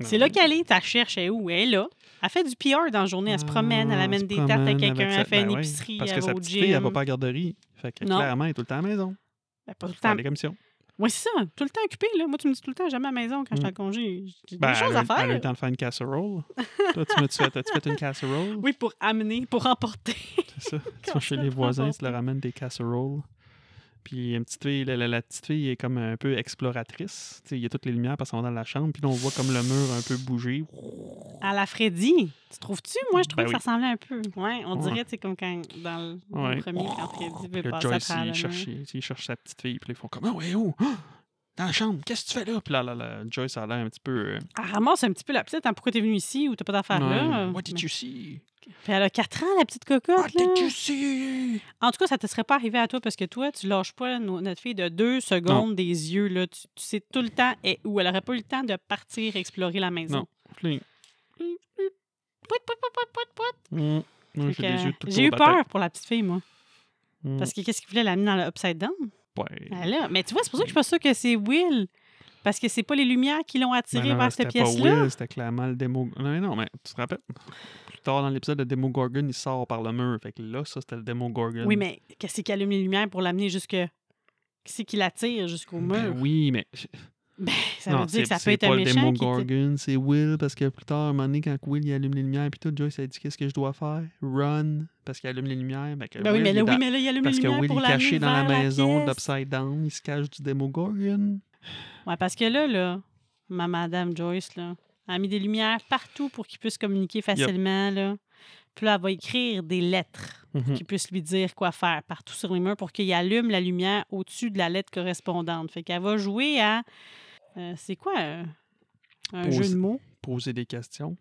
Speaker 3: C'est là qu'elle est. Elle cherche, elle est où? Elle est là. Elle fait du PR dans la journée. Elle se
Speaker 4: Ah,
Speaker 3: promène, elle amène
Speaker 4: se
Speaker 3: des tartes à
Speaker 4: promène avec
Speaker 3: quelqu'un,
Speaker 4: sa-
Speaker 3: elle fait
Speaker 4: ben
Speaker 3: une
Speaker 4: ouais,
Speaker 3: épicerie,
Speaker 4: Parce que
Speaker 3: elle va
Speaker 4: sa
Speaker 3: au
Speaker 4: petite
Speaker 3: gym.
Speaker 4: fille, elle va pas à la garderie. Fait que
Speaker 3: Non.
Speaker 4: clairement, elle est tout le temps à la maison.
Speaker 3: Ben, pas tout le
Speaker 4: Faire
Speaker 3: temps.
Speaker 4: des commissions.
Speaker 3: Oui, c'est ça. Tout le temps occupée. Là. Moi, tu me dis tout le temps, jamais à la maison quand je suis en congé. J'ai
Speaker 4: Mm. Ben,
Speaker 3: des choses
Speaker 4: elle, a-
Speaker 3: à
Speaker 4: Elle a eu
Speaker 3: faire.
Speaker 4: le temps de faire une casserole. Toi, tu m'as-tu fait, as-tu fait une casserole?
Speaker 3: Oui, pour amener, pour emporter.
Speaker 4: C'est ça. tu
Speaker 3: Quand
Speaker 4: vas chez
Speaker 3: ça
Speaker 4: les
Speaker 3: te
Speaker 4: voisins,
Speaker 3: rapporte.
Speaker 4: tu leur amènes des casseroles. Puis une petite fille, la, la- la petite fille est comme un peu exploratrice. Tu sais, il y a toutes les lumières parce qu'on est dans la chambre. Puis là, on voit comme le mur un peu bouger.
Speaker 3: À la Freddy. Tu trouves-tu? Moi, je trouve
Speaker 4: Ben
Speaker 3: que
Speaker 4: oui.
Speaker 3: ça ressemblait un peu. Ouais, on
Speaker 4: Ouais.
Speaker 3: dirait, c'est comme quand, dans le, le
Speaker 4: Ouais.
Speaker 3: premier, quand Freddy veut
Speaker 4: Puis là,
Speaker 3: passer à
Speaker 4: Joyce,
Speaker 3: travers
Speaker 4: il
Speaker 3: le mur.
Speaker 4: cherche, il- il cherche sa petite fille. Puis là, ils font comme Ah ouais, oh, ah, Dans la chambre, qu'est-ce que tu fais là? Puis là, là, là, Joyce a l'air un petit peu. euh,
Speaker 3: Elle ramasse un petit peu la petite. hein, pourquoi t'es venue ici ou t'as pas d'affaires là?
Speaker 4: Ouais, What did
Speaker 3: Mais-
Speaker 4: you see?
Speaker 3: Puis elle a 4 ans, la petite cocotte.
Speaker 4: What
Speaker 3: là.
Speaker 4: did you see?
Speaker 3: En tout cas, ça te serait pas arrivé à toi parce que toi, tu lâches pas no- notre fille de deux secondes des yeux. Là. Tu, tu sais tout le temps et- où elle aurait pas eu le temps de partir explorer la maison.
Speaker 4: Non. Puis là,
Speaker 3: Pouit, pouit, pouit, pouit, pouit, pouit.
Speaker 4: mm, moi,
Speaker 3: Fait
Speaker 4: J'ai des
Speaker 3: que,
Speaker 4: yeux tout
Speaker 3: j'ai eu
Speaker 4: autour de la
Speaker 3: peur pour la petite fille, moi.
Speaker 4: tête. Mm,
Speaker 3: Parce que qu'est-ce qu'il voulait l'amener dans le upside down?
Speaker 4: ouais.
Speaker 3: Elle a- Ben Mais tu vois, c'est pour ça que je suis pas sûre que c'est Will. Parce que c'est pas les lumières qui l'ont
Speaker 4: Ben Non,
Speaker 3: attiré
Speaker 4: non,
Speaker 3: vers
Speaker 4: c'était
Speaker 3: cette
Speaker 4: pas
Speaker 3: pièce-là.
Speaker 4: Will, C'était clairement le démo. Non, non, mais tu te rappelles? Plus tard dans l'épisode, le démo Gorgon, il sort par le mur. Fait que là, ça, c'était le démo Gorgon.
Speaker 3: Oui, mais qu'est-ce qui allume les lumières pour l'amener jusque. Qu'est-ce qui l'attire jusqu'au
Speaker 4: Ben
Speaker 3: mur?
Speaker 4: oui, mais.
Speaker 3: Ben, ça
Speaker 4: non,
Speaker 3: veut dire
Speaker 4: c'est
Speaker 3: que ça
Speaker 4: c'est
Speaker 3: peut être
Speaker 4: pas
Speaker 3: un
Speaker 4: le
Speaker 3: méchant.
Speaker 4: démo
Speaker 3: Qui était-
Speaker 4: Gorgon, c'est Will, parce que plus tard, à un moment donné, quand Will il allume les lumières, puis tout, Joyce a dit Qu'est-ce que je dois faire Run, parce qu'il allume les lumières. Ben, que
Speaker 3: Ben oui,
Speaker 4: Will,
Speaker 3: mais
Speaker 4: il
Speaker 3: là,
Speaker 4: est
Speaker 3: oui,
Speaker 4: dans-
Speaker 3: mais là, il allume les
Speaker 4: Parce que
Speaker 3: lumières
Speaker 4: Will
Speaker 3: pour
Speaker 4: est
Speaker 3: l'amener
Speaker 4: caché dans la
Speaker 3: vers
Speaker 4: maison
Speaker 3: pièce.
Speaker 4: d'Upside Down, il se cache du démo Gorgon.
Speaker 3: Ouais, parce que là, là, ma madame Joyce, là, a mis des lumières partout pour qu'il puisse communiquer facilement, là. Puis là, elle va écrire des lettres
Speaker 4: Mm.
Speaker 3: pour qu'il puisse lui dire quoi faire partout sur les murs pour qu'il allume la lumière au-dessus de la lettre correspondante. Fait qu'elle va jouer à... euh, c'est quoi? euh, un
Speaker 4: Pose-
Speaker 3: jeu de mots?
Speaker 4: Poser des questions.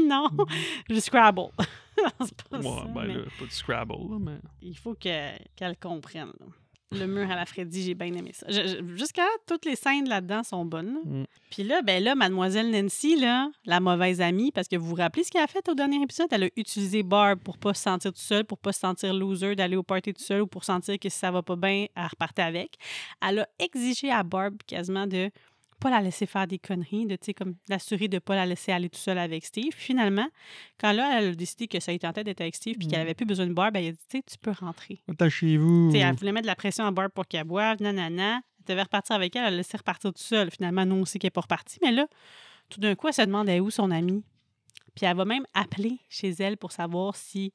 Speaker 3: non, je Scrabble. Non, c'est pas
Speaker 4: Mm. Ouais,
Speaker 3: ça,
Speaker 4: ben
Speaker 3: mais
Speaker 4: là, pas du Scrabble, là, mais.
Speaker 3: Il faut que- qu'elle comprenne. là. Le mur à la Freddy, j'ai bien aimé ça. Je- je- Jusqu'à là, toutes les scènes là-dedans sont bonnes. là.
Speaker 4: Mm.
Speaker 3: Puis là, ben là, mademoiselle Nancy, là, la mauvaise amie, parce que vous vous rappelez ce qu'elle a fait au dernier épisode? Elle a utilisé Barb pour pas se sentir toute seule, pour pas se sentir loser, d'aller au party toute seule ou pour sentir que si ça va pas bien, elle repartait avec. Elle a exigé à Barb quasiment de pas la laisser faire des conneries, de tu sais, comme d'assurer de pas la laisser aller toute seule avec Steve. Finalement, quand là, elle a décidé que ça lui tentait d'être avec Steve puis
Speaker 4: Mm.
Speaker 3: qu'elle avait plus besoin de Barb, elle a dit, tu sais, tu peux rentrer.
Speaker 4: Attachez-vous.
Speaker 3: Tu sais, elle voulait mettre de la pression à Barb pour qu'elle boive, nanana. Elle devait repartir avec elle, elle l'a laissé repartir tout seul. Finalement, nous, on sait qu'elle n'est pas repartie. Mais là, tout d'un coup, elle se demande elle est où son amie. Puis elle va même appeler chez elle pour savoir si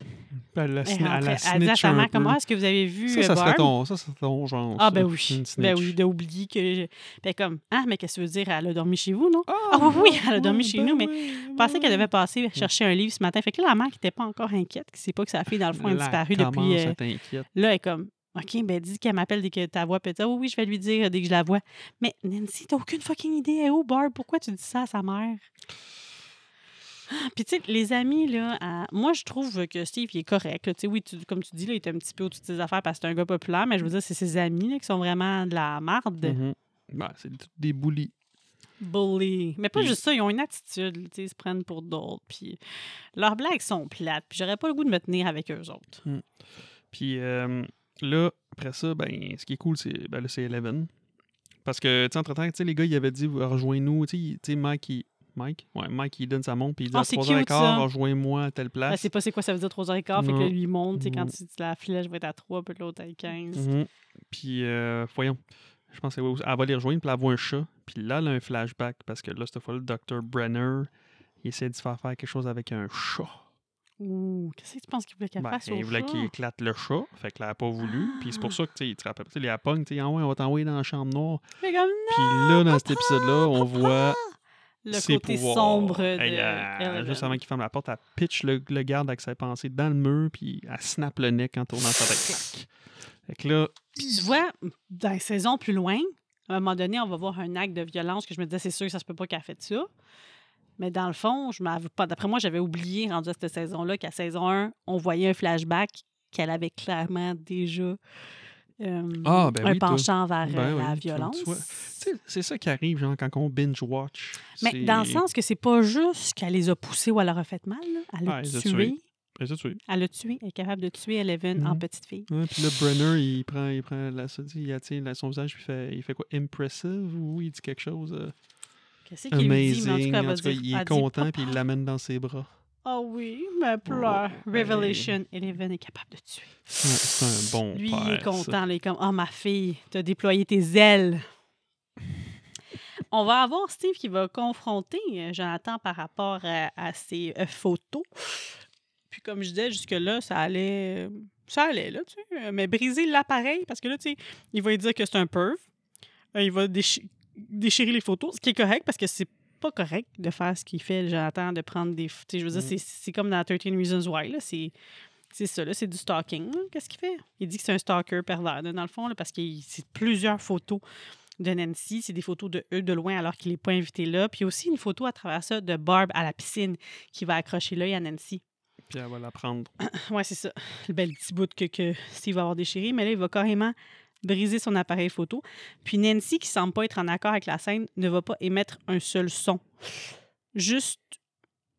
Speaker 4: Elle la,
Speaker 3: elle
Speaker 4: sni- elle la
Speaker 3: rentrait. Elle dit à
Speaker 4: snitch
Speaker 3: sa
Speaker 4: un
Speaker 3: mère, comment
Speaker 4: peu.
Speaker 3: est-ce que vous avez vu
Speaker 4: Ça,
Speaker 3: euh,
Speaker 4: ça serait
Speaker 3: Barb?
Speaker 4: ton, ça, c'est ton genre.
Speaker 3: Ah
Speaker 4: ça,
Speaker 3: ben
Speaker 4: une
Speaker 3: oui,
Speaker 4: snitch.
Speaker 3: ben oui, d'oublier que... je- Ben comme, ah, mais qu'est-ce que ça veut dire? Elle a dormi chez vous, non?
Speaker 4: Ah,
Speaker 3: oui, oui, elle a
Speaker 4: oui,
Speaker 3: dormi chez
Speaker 4: ben
Speaker 3: nous, mais
Speaker 4: oui,
Speaker 3: Je
Speaker 4: ben
Speaker 3: pensais qu'elle
Speaker 4: oui.
Speaker 3: devait passer chercher un livre ce matin. Fait que là, la mère qui n'était pas encore inquiète, qui sait pas que sa fille, dans le fond, a
Speaker 4: Là,
Speaker 3: disparu
Speaker 4: comment
Speaker 3: depuis... euh,
Speaker 4: ça t'inquiète?
Speaker 3: Là, elle est comme, OK, ben dis qu'elle m'appelle dès que ta voix peut oui, oui, je vais lui dire euh, dès que je la vois. Mais Nancy, t'as aucune fucking idée. Elle est où, Barb? Pourquoi tu dis ça à sa mère? Ah, Puis, tu sais, les amis, là, à- moi, je trouve que Steve, il est correct. là. Tu sais, oui, tu- comme tu dis, là, il est un petit peu au-dessus de ses affaires parce que c'est un gars populaire, mais je veux dire, c'est ses amis là, qui sont vraiment de la marde.
Speaker 4: Mhm. Ben, c'est tout des bullies.
Speaker 3: Bully. Mais pas
Speaker 4: Puis-
Speaker 3: juste ça, ils ont une attitude, là, tu sais, ils se prennent pour d'autres. Puis, leurs blagues sont plates, puis j'aurais pas le goût de me tenir avec eux autres.
Speaker 4: Puis euh, là, après ça, ben, ce qui est cool, c'est ben, là, c'est Eleven. Parce que, tu sais, entre-temps, tu sais, les gars, ils avaient dit, rejoins-nous. Tu sais, il- tu sais, Mike, il... Mike? Ouais, Mike, il donne sa montre, puis il dit,
Speaker 3: Ah,
Speaker 4: à
Speaker 3: c'est
Speaker 4: 3h15,
Speaker 3: cute, ça.
Speaker 4: rejoins-moi à telle
Speaker 3: Elle
Speaker 4: place.
Speaker 3: sait pas Ah, c'est quoi ça veut dire 3h15, fait que là,
Speaker 4: Non. Mm.
Speaker 3: lui il monte, tu sais, quand
Speaker 4: Non.
Speaker 3: tu dis la flèche va être à 3, puis l'autre à 15.
Speaker 4: Mhm. Puis, euh, voyons, je pense qu'elle va les rejoindre, puis elle voit un chat. Puis là, elle a un flashback, parce que là, cette fois-là, le Dr. Brenner, il essaie de faire faire quelque chose avec un chat.
Speaker 3: Ouh, qu'est-ce que tu penses qu'il voulait qu'elle
Speaker 4: Ben,
Speaker 3: fasse au Ah!
Speaker 4: il voulait
Speaker 3: chat?
Speaker 4: qu'il éclate le chat, fait qu'elle n'a pas voulu. Puis c'est pour ça que, tu sais, il te rappelle, tu sais, les apognes, tu sais, Ah ouais, on va t'envoyer dans la chambre noire.
Speaker 3: Mais comme
Speaker 4: Puis là, dans cet épisode-là, on voit
Speaker 3: le
Speaker 4: ses
Speaker 3: côté
Speaker 4: pouvoirs.
Speaker 3: sombre de
Speaker 4: Elle, elle,
Speaker 3: Eleven.
Speaker 4: juste avant qu'il ferme la porte, elle pitch le, le garde avec ses pensées dans le mur, puis elle snap le nez en tournant sa tête. Clac. Fait que là,
Speaker 3: Puis tu vois, dans les saisons plus loin, à un moment donné, on va voir un acte de violence que je me disais, c'est sûr que ça se peut pas qu'elle a fait ça. Mais dans le fond, je m'avoue pas. D'après moi, j'avais oublié, rendu à cette saison-là, qu'à saison 1, on voyait un flashback qu'elle avait clairement déjà euh,
Speaker 4: Ah, ben
Speaker 3: un
Speaker 4: oui, toi.
Speaker 3: penchant vers euh,
Speaker 4: Ben oui,
Speaker 3: la
Speaker 4: tu- tu vois.
Speaker 3: violence.
Speaker 4: tu sais, c'est ça qui arrive, genre, quand on binge-watch.
Speaker 3: Mais
Speaker 4: C'est-
Speaker 3: dans le sens que c'est pas juste qu'elle les a poussés ou elle leur a fait mal. là. Elle l'a
Speaker 4: Ah, elle les
Speaker 3: tué.
Speaker 4: a tués. Ben, ça, tu sais.
Speaker 3: Elle l'a tué. Elle est capable de tuer Eleven en
Speaker 4: Mhm.
Speaker 3: petite fille.
Speaker 4: Ouais, puis là, Brenner, il prend, il prend la, ça dit, il attire la- son visage, puis il fait, il fait quoi Impressive ou il dit quelque chose euh,
Speaker 3: Qu'est-ce qu'il lui dit?
Speaker 4: Amazing.
Speaker 3: Mais en tout cas, elle
Speaker 4: En
Speaker 3: va
Speaker 4: tout cas,
Speaker 3: dire-
Speaker 4: il
Speaker 3: elle
Speaker 4: est
Speaker 3: dit,
Speaker 4: content, puis il l'amène dans ses bras.
Speaker 3: Ah oui, mais pleure.
Speaker 4: Oh,
Speaker 3: Revelation. Eleven est capable de tuer.
Speaker 4: C'est un- c'est un bon
Speaker 3: Lui,
Speaker 4: père.
Speaker 3: il est
Speaker 4: ça.
Speaker 3: content. là, il est comme, oh ma fille, t'as déployé tes ailes. On va avoir Steve qui va confronter euh, Jonathan par rapport à, à ses euh, photos. Puis comme je disais, jusque-là, ça allait. euh, Ça allait, là, tu sais. Euh, Mais briser l'appareil, parce que là, tu sais, il va lui dire que c'est un perv. Euh, Il va déchi- déchirer les photos, ce qui est correct parce que c'est pas correct de faire ce qu'il fait, Jonathan, de prendre des. ph- Tu sais, je veux dire,
Speaker 5: Mm.
Speaker 3: c'est- c'est comme dans 13 Reasons Why, là. C'est. C'est ça, là, c'est du stalking. là. Qu'est-ce qu'il fait? Il dit que c'est un stalker pervers, là, dans le fond, là, parce que c'est plusieurs photos de Nancy. C'est des photos de eux de loin alors qu'il n'est pas invité là. Puis aussi une photo à travers ça de Barb à la piscine qui va accrocher l'œil à Nancy.
Speaker 4: Puis elle va la prendre.
Speaker 3: Ouais, c'est ça. Le bel petit bout que, que Steve va avoir déchiré. Mais là, il va carrément briser son appareil photo. Puis Nancy, qui semble pas être en accord avec la scène, ne va pas émettre un seul son. Juste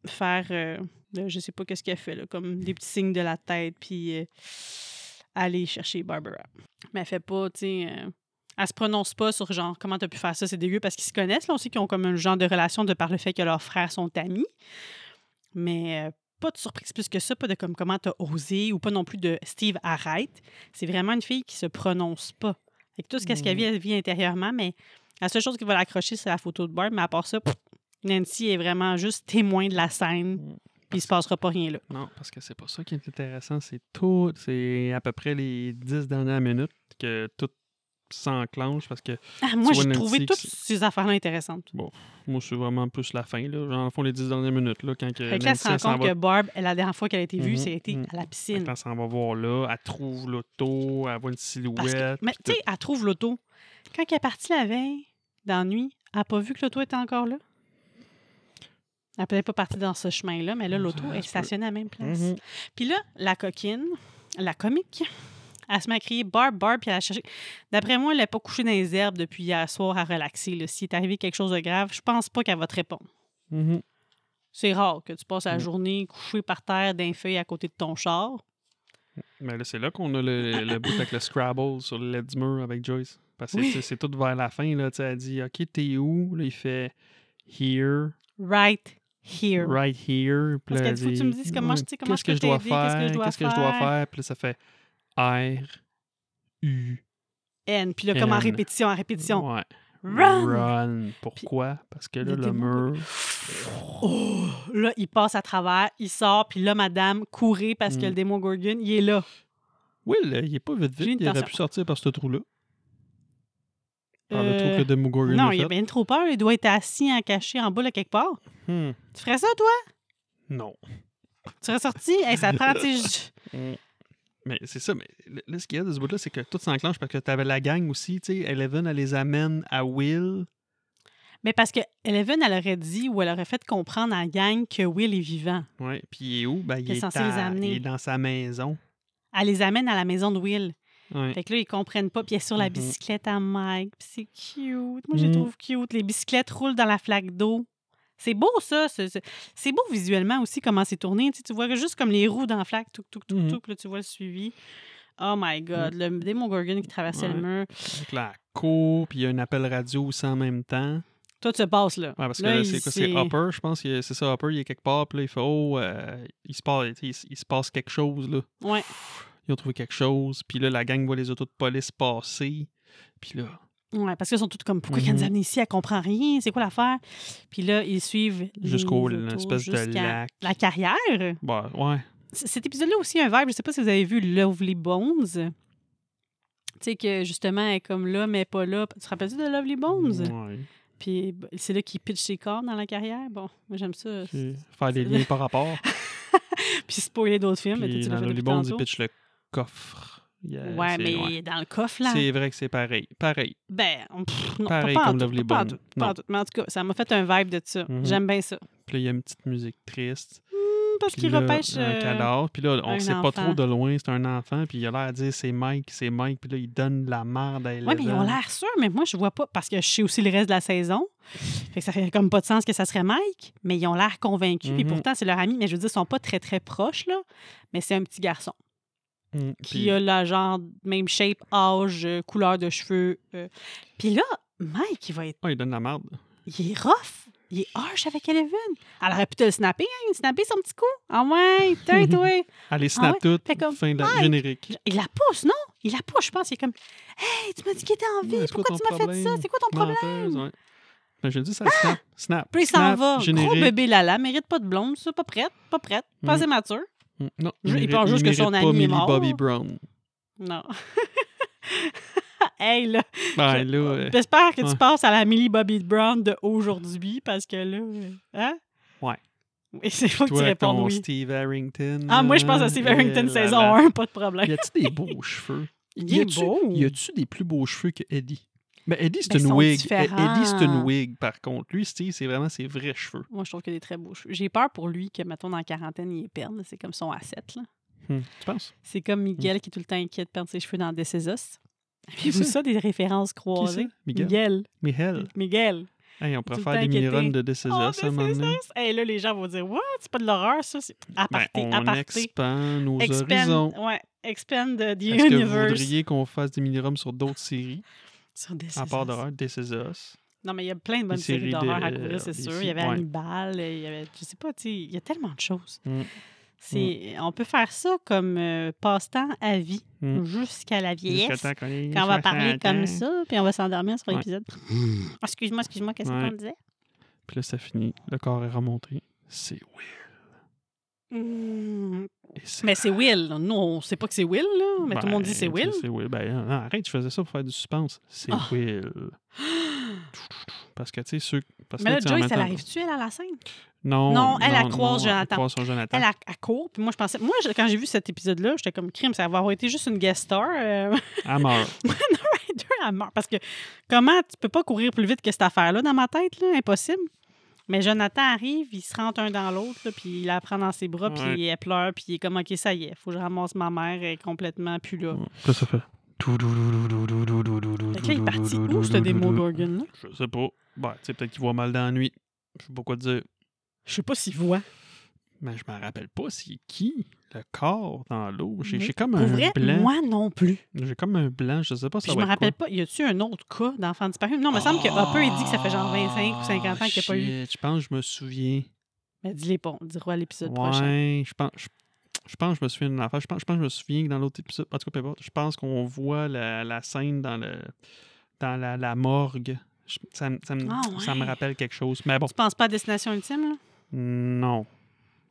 Speaker 3: faire, euh, euh, je sais pas qu'est-ce qu'elle fait, là, comme des petits signes de la tête, puis euh, aller chercher Barbara. Mais elle fait pas, tu sais... euh, elle se prononce pas sur genre comment t'as pu faire ça, c'est dégueu parce qu'ils se connaissent. Là, on sait qu'ils ont comme un genre de relation de par le fait que leurs frères sont amis. Mais euh, pas de surprise plus que ça, pas de comme comment t'as osé ou pas non plus de Steve arrête. C'est vraiment une fille qui se prononce pas. Fait que tout ce qu'est-ce
Speaker 4: Hmm.
Speaker 3: qu'elle vit, elle vit intérieurement, mais la seule chose qui va l'accrocher, c'est la photo de Barb. Mais à part ça, pff, Nancy est vraiment juste témoin de la scène.
Speaker 4: Mm.
Speaker 3: Puis il se passera pas rien là.
Speaker 4: Non, parce que c'est pas ça qui est intéressant. C'est tout. C'est à peu près les dix dernières minutes que tout s'enclenche parce que
Speaker 3: Ah, moi,
Speaker 4: Tu vois
Speaker 3: j'ai
Speaker 4: Nancy
Speaker 3: trouvé toutes
Speaker 4: qui
Speaker 3: ces affaires-là intéressantes.
Speaker 4: moi, je suis vraiment plus la fin. Là. Genre, au fond, les dix dernières minutes, là, quand que
Speaker 3: Fait que là, elle
Speaker 4: Euh, Nancy,
Speaker 3: se
Speaker 4: elle
Speaker 3: rend
Speaker 4: s'en
Speaker 3: compte
Speaker 4: va
Speaker 3: que Barb, la dernière fois qu'elle a été vue,
Speaker 4: Mhm,
Speaker 3: c'était
Speaker 4: mhm.
Speaker 3: à la
Speaker 4: Fait
Speaker 3: piscine.
Speaker 4: que là, elle s'en va voir là, elle trouve l'auto, elle voit
Speaker 3: Parce
Speaker 4: une
Speaker 3: que-
Speaker 4: silhouette.
Speaker 3: mais
Speaker 4: puis
Speaker 3: tu sais, elle trouve l'auto. Quand elle est partie la veille, dans la nuit, elle n'a pas vu que l'auto était encore là. Elle n'est peut-être pas partie dans ce chemin-là, mais là,
Speaker 4: Mm-hmm. Ah, Ça
Speaker 3: l'auto est
Speaker 4: se peut.
Speaker 3: stationnée à la même
Speaker 4: tout.
Speaker 3: place.
Speaker 4: Mhm.
Speaker 3: Puis là, la coquine, la comique, elle se met à crier Barb, Barb, puis elle a cherché. D'après moi, elle n'est pas couchée dans les herbes depuis hier soir à relaxer. là. S'il est arrivé quelque chose de grave, je pense pas qu'elle va te répondre.
Speaker 4: Mhm.
Speaker 3: C'est rare que tu passes la
Speaker 4: Mm.
Speaker 3: journée couchée par terre d'un feuille à côté de ton char.
Speaker 4: Mais là, c'est là qu'on a le, le bout avec le Scrabble sur le lait du mur avec Joyce. Parce que
Speaker 3: Oui.
Speaker 4: tu sais, c'est tout vers la fin. Là, Tu sais, elle dit Ok, t'es où Là, il fait Here,
Speaker 3: Right here.
Speaker 4: right here. Puis
Speaker 3: Parce qu'elle
Speaker 4: là, elle
Speaker 3: dit, faut que tu me dises comment je- tu sais, comment
Speaker 4: Qu'est-ce
Speaker 3: je peux
Speaker 4: que je dois
Speaker 3: t'aider? Qu'est-ce
Speaker 4: faire
Speaker 3: que je dois faire?
Speaker 4: Puis là, ça fait R, U.
Speaker 3: N. Puis là, comme en
Speaker 4: N.
Speaker 3: répétition, en répétition.
Speaker 4: Ouais.
Speaker 3: Run!
Speaker 4: Run. Pourquoi Parce que là,
Speaker 3: Mettez-vous
Speaker 4: le mur.
Speaker 3: Oh! Là, il passe à travers, il sort, puis là, madame, courez parce que
Speaker 4: Mm.
Speaker 3: le démon Gorgon, il est là.
Speaker 4: Will, il est pas vite
Speaker 3: J'ai
Speaker 4: vite.
Speaker 3: une
Speaker 4: Il aurait
Speaker 3: tension.
Speaker 4: pu sortir par ce trou-là. Par le
Speaker 3: Euh,
Speaker 4: trou que Demogorgon
Speaker 3: non,
Speaker 4: a
Speaker 3: il a
Speaker 4: fait.
Speaker 3: bien trop peur. Il doit être assis en caché en bas, là, quelque part.
Speaker 4: Hmm.
Speaker 3: Tu ferais ça, toi?
Speaker 4: Non.
Speaker 3: Tu serais sorti? Hey, ça prend, tu sais,
Speaker 4: Mais c'est ça, mais le- là, ce qu'il y a de ce bout-là, c'est que tout s'enclenche parce que t'avais la gang aussi, tu sais, Eleven, elle les amène à Will.
Speaker 3: je- Mais parce que Eleven, elle aurait dit ou elle aurait fait comprendre à la gang que Will est vivant.
Speaker 4: Ouais, puis il est où? Ben, il
Speaker 3: T'es
Speaker 4: est,
Speaker 3: censé
Speaker 4: à-
Speaker 3: les amener.
Speaker 4: il est dans sa maison.
Speaker 3: Elle les amène à la maison de Will.
Speaker 4: Ouais.
Speaker 3: Fait que là, ils comprennent pas. Puis elle est sur la
Speaker 4: Mhm.
Speaker 3: bicyclette à Mike. Puis c'est cute. Moi, je les
Speaker 4: Mm.
Speaker 3: trouve cute. Les bicyclettes roulent dans la flaque d'eau. C'est beau, ça. ce- ce- C'est beau visuellement aussi, comment c'est tourné. Tu, sais, tu vois que juste comme les roues dans la flaque, tout, tout, tout,
Speaker 4: Mhm.
Speaker 3: tout. Là, tu vois le suivi. Oh my God. Le démon Gorgon qui traversait le
Speaker 4: Mm. Ouais.
Speaker 3: mur.
Speaker 4: Avec la cour, puis il y a un appel radio aussi en même temps.
Speaker 3: Toi, tu te passes, là.
Speaker 4: Ouais, parce
Speaker 3: Là,
Speaker 4: que là,
Speaker 3: il
Speaker 4: c'est quoi? C'est
Speaker 3: s'est-
Speaker 4: Hopper, je pense. que C'est ça, Hopper, il est quelque part, puis là, il fait Oh, euh, il, se passe, il, il se passe quelque chose, là.
Speaker 3: Ouais.
Speaker 4: Ils ont trouvé quelque chose, puis là, la gang voit les autos de police passer, puis là.
Speaker 3: Ouais, parce qu'ils sont tous comme, pourquoi qu'elle
Speaker 4: Mhm.
Speaker 3: nous amène ici? Elle comprend rien. C'est quoi l'affaire? Puis là, ils suivent. les
Speaker 4: Jusqu'au-
Speaker 3: autos
Speaker 4: l'espèce de
Speaker 3: jusqu'à
Speaker 4: lac.
Speaker 3: La carrière.
Speaker 4: Bah, ouais.
Speaker 3: C- cet épisode-là aussi a un vibe. Je sais pas si vous avez vu Lovely Bones. Tu sais que justement, elle est comme là, mais pas là. Tu te rappelles-tu de Lovely Bones?
Speaker 4: Ouais.
Speaker 3: Puis b- c'est là qu'il pitch ses corps dans la carrière. Bon, moi j'aime ça.
Speaker 4: Puis Faire des liens par rapport.
Speaker 3: Puis spoiler d'autres films. mais toi,
Speaker 4: Puis
Speaker 3: tu l'as
Speaker 4: dans
Speaker 3: fait
Speaker 4: Lovely
Speaker 3: depuis
Speaker 4: Bones, il
Speaker 3: tantôt.
Speaker 4: pitch le coffre. Il y a-
Speaker 3: Ouais,
Speaker 4: c'est-
Speaker 3: mais
Speaker 4: ouais.
Speaker 3: dans le coffre, là.
Speaker 4: C'est vrai que c'est pareil. Pareil.
Speaker 3: Ben, on- pff, non,
Speaker 4: Pareil
Speaker 3: pas
Speaker 4: comme
Speaker 3: pantoute,
Speaker 4: Lovely
Speaker 3: pas
Speaker 4: Bones.
Speaker 3: pantoute, pas
Speaker 4: Non.
Speaker 3: pantoute. Mais en tout cas, ça m'a fait un vibe de ça.
Speaker 4: Mhm.
Speaker 3: J'aime bien ça.
Speaker 4: Puis là, il y a une petite musique triste.
Speaker 3: Hmm, Parce
Speaker 4: Puis
Speaker 3: qu'il
Speaker 4: là,
Speaker 3: repêche.
Speaker 4: un
Speaker 3: euh,
Speaker 4: cadavre. Puis là, on
Speaker 3: un
Speaker 4: sait pas
Speaker 3: enfant.
Speaker 4: trop de loin, c'est un enfant. Puis il a l'air à dire c'est Mike, c'est Mike. Puis là, il donne la merde à Eleven.
Speaker 3: Oui, mais ils ont l'air sûrs, mais moi, je vois pas, parce que je sais aussi le reste de la saison. Fait que ça fait comme pas de sens que ça serait Mike, mais ils ont l'air convaincus. Et
Speaker 4: Mhm.
Speaker 3: pourtant, c'est leur ami, mais je veux dire, ils sont pas très, très proches, là. Mais c'est un petit garçon
Speaker 4: Mm,
Speaker 3: qui
Speaker 4: puis-
Speaker 3: a la genre même shape, âge, euh, couleur de cheveux. euh. Puis là, Mike, il va être.
Speaker 4: Ah, il donne la merde.
Speaker 3: Il est rough. Il est harsh avec Eleven. Elle aurait pu te le snapper, hein? Snapper son petit coup. Ah ouais, tain, toi.
Speaker 4: Allez, snap
Speaker 3: Ah ouais?
Speaker 4: tout.
Speaker 3: Fait comme,
Speaker 4: fin de la
Speaker 3: Mike!
Speaker 4: générique.
Speaker 3: Il la pousse, non? Il la pousse, je pense. Il est comme Hey, tu m'as dit qu'il était en vie.
Speaker 4: Ouais, c'est quoi
Speaker 3: Pourquoi
Speaker 4: ton
Speaker 3: tu m'as fait ça?
Speaker 4: problème?
Speaker 3: C'est quoi ton problème? Ah!
Speaker 4: Menteuse, ouais. Ben, je dis ça, snap. Snap.
Speaker 3: Puis il s'en
Speaker 4: snap,
Speaker 3: va. Gros
Speaker 4: Générique.
Speaker 3: bébé Lala, mérite pas de blonde, ça. Pas prête, pas prête, pas
Speaker 4: Mhm.
Speaker 3: assez mature.
Speaker 4: Mm, Non,
Speaker 3: Je- il
Speaker 4: mérite-
Speaker 3: pense juste que
Speaker 4: mérite
Speaker 3: son
Speaker 4: pas
Speaker 3: ami est
Speaker 4: Millie
Speaker 3: mort.
Speaker 4: Bobby Brown.
Speaker 3: Non. hey, là.
Speaker 4: Ben là, euh,
Speaker 3: J'espère que
Speaker 4: ouais.
Speaker 3: tu passes à la Millie Bobby Brown de aujourd'hui parce que là. euh, Hein?
Speaker 4: Ouais.
Speaker 3: Oui, c'est faut que tu
Speaker 4: toi, avec
Speaker 3: répondes
Speaker 4: ton
Speaker 3: oui.
Speaker 4: Steve Harrington.
Speaker 3: Ah, moi, je pense
Speaker 4: euh,
Speaker 3: à Steve Harrington
Speaker 4: et là,
Speaker 3: saison
Speaker 4: là.
Speaker 3: 1, pas de problème.
Speaker 4: Y a-tu des beaux cheveux?
Speaker 3: Il est
Speaker 4: Y a-tu-
Speaker 3: beau.
Speaker 4: Y a-tu des plus beaux cheveux que Eddie? Ben, Eddie, c'est
Speaker 3: Ben, ils
Speaker 4: une
Speaker 3: sont
Speaker 4: wig. E-
Speaker 3: différents.
Speaker 4: Eddie, c'est une wig, par contre. Lui, Steve, c'est vraiment ses vrais cheveux.
Speaker 3: Moi, je trouve qu'il est très beau. J'ai peur pour lui que, mettons, dans la quarantaine, il les perde. là. C'est comme son asset. Là.
Speaker 4: Hmm, Tu penses?
Speaker 3: C'est comme Miguel qui est tout le temps inquiet de perdre ses cheveux dans This Is Us. Avez-vous
Speaker 4: ça?
Speaker 3: ça, des références
Speaker 4: Qui
Speaker 3: croisées?
Speaker 4: ça? Miguel? Euh.
Speaker 3: Miguel.
Speaker 4: Miguel.
Speaker 3: Miguel.
Speaker 4: Hey, on pourrait
Speaker 3: Tout le
Speaker 4: faire des
Speaker 3: temps
Speaker 4: mini-runs
Speaker 3: inquiété.
Speaker 4: de This Is
Speaker 3: Oh,
Speaker 4: Us à un
Speaker 3: This
Speaker 4: moment
Speaker 3: Is
Speaker 4: donné.
Speaker 3: Hey, là, les gens vont dire, What? C'est pas de l'horreur, ça. C'est
Speaker 4: Ben,
Speaker 3: aparté,
Speaker 4: on
Speaker 3: aparté.
Speaker 4: expand nos
Speaker 3: Expand,
Speaker 4: horizons.
Speaker 3: ouais, expand the, the
Speaker 4: Est-ce que vous
Speaker 3: universe.
Speaker 4: voudriez qu'on fasse des mini-runs sur d'autres séries,
Speaker 3: Sur This
Speaker 4: à
Speaker 3: Is
Speaker 4: part
Speaker 3: Us.
Speaker 4: d'horreur, This Is Us?
Speaker 3: Non, mais il y a plein de bonnes
Speaker 4: série
Speaker 3: séries d'horreur
Speaker 4: de-
Speaker 3: à couvrir, c'est sûr.
Speaker 4: ici,
Speaker 3: Il y avait
Speaker 4: ouais.
Speaker 3: Hannibal, il y avait, je sais pas, tu sais, il y a tellement de choses.
Speaker 4: Mm.
Speaker 3: C'est, On peut faire ça comme euh, passe-temps à vie
Speaker 4: Mm.
Speaker 3: jusqu'à la vieillesse.
Speaker 4: Jusqu'à temps qu'on ait
Speaker 3: Quand on va
Speaker 4: 60
Speaker 3: parler
Speaker 4: ans.
Speaker 3: comme ça, puis on va s'endormir sur
Speaker 4: Ouais. Mm.
Speaker 3: l'épisode. Excuse-moi, excuse-moi, qu'est-ce
Speaker 4: Ouais.
Speaker 3: qu'on disait?
Speaker 4: Puis là, ça finit. Le corps est remonté. C'est Will.
Speaker 3: Mm.
Speaker 4: Et c'est
Speaker 3: Mais c'est Will. Nous, on sait pas que c'est Will, là. Mais tout le monde
Speaker 4: Ben,
Speaker 3: dit c'est
Speaker 4: tu sais,
Speaker 3: Will.
Speaker 4: C'est Will. Ben, non, non, arrête, je faisais ça pour faire du suspense. C'est
Speaker 3: Ah.
Speaker 4: Will. Parce que, tu sais, ceux. Parce
Speaker 3: Mais
Speaker 4: que,
Speaker 3: là,
Speaker 4: tu sais, en
Speaker 3: Joyce,
Speaker 4: même
Speaker 3: elle
Speaker 4: temps-
Speaker 3: arrive-tu, elle, à la scène?
Speaker 4: Non,
Speaker 3: Non, elle, elle croise Jonathan.
Speaker 4: Elle croise son Jonathan.
Speaker 3: Elle, à, court. Puis moi, je pensais... Moi, je- quand j'ai vu cet épisode-là, j'étais comme crime. Ça va avoir été juste une guest star. euh,
Speaker 4: Elle meurt.
Speaker 3: Ryder, elle meurt. Parce que comment tu peux pas courir plus vite que cette affaire-là dans ma tête? Là? Impossible. Mais Jonathan arrive, il se rentre un dans l'autre, là, puis il la prend dans ses bras,
Speaker 4: Ouais.
Speaker 3: puis elle pleure, puis il est comme, OK, ça y est, faut que je ramasse ma mère, elle est complètement plus là.
Speaker 4: Là, ça fait. Tout, tout, tout, tout, tout, tout, tout, tout, tout,
Speaker 3: Fait que là, il est
Speaker 4: tout,
Speaker 3: parti
Speaker 4: tout,
Speaker 3: où,
Speaker 4: tout,
Speaker 3: ce
Speaker 4: tout,
Speaker 3: démo
Speaker 4: tout,
Speaker 3: Gorgon, là?
Speaker 4: Je sais pas. Ben, tu sais, peut-être qu'il voit mal dans la nuit. Je sais pas quoi te dire.
Speaker 3: Je sais pas s'il voit.
Speaker 4: Mais je me rappelle pas c'est qui le corps dans l'eau. J'ai
Speaker 3: Mais
Speaker 4: j'ai comme
Speaker 3: Pour
Speaker 4: un
Speaker 3: vrai,
Speaker 4: blanc.
Speaker 3: moi non plus.
Speaker 4: J'ai comme un blanc. Je sais pas si
Speaker 3: Puis je
Speaker 4: ça
Speaker 3: me
Speaker 4: va être
Speaker 3: rappelle pas, y a-tu un autre cas d'enfant disparu? Non, il me semble que Hopper, il dit que ça fait genre 25 ou 50 ans qu'il n'y a pas eu.
Speaker 4: Ah, Shit, Je pense que je me souviens.
Speaker 3: Mais dis-les pas, on le dira à l'épisode prochain.
Speaker 4: Ouais, je pense, je, je pense que je me souviens d'une affaire. Je pense, je pense que je me souviens que dans l'autre épisode, en tout cas, peu importe, je pense qu'on voit la, la scène dans, le, dans la, la morgue. Je- ça, me- ça me,
Speaker 3: Ah
Speaker 4: ça me
Speaker 3: ouais.
Speaker 4: rappelle quelque chose. Mais bon,
Speaker 3: Tu penses pas à Destination Ultime, là?
Speaker 4: non.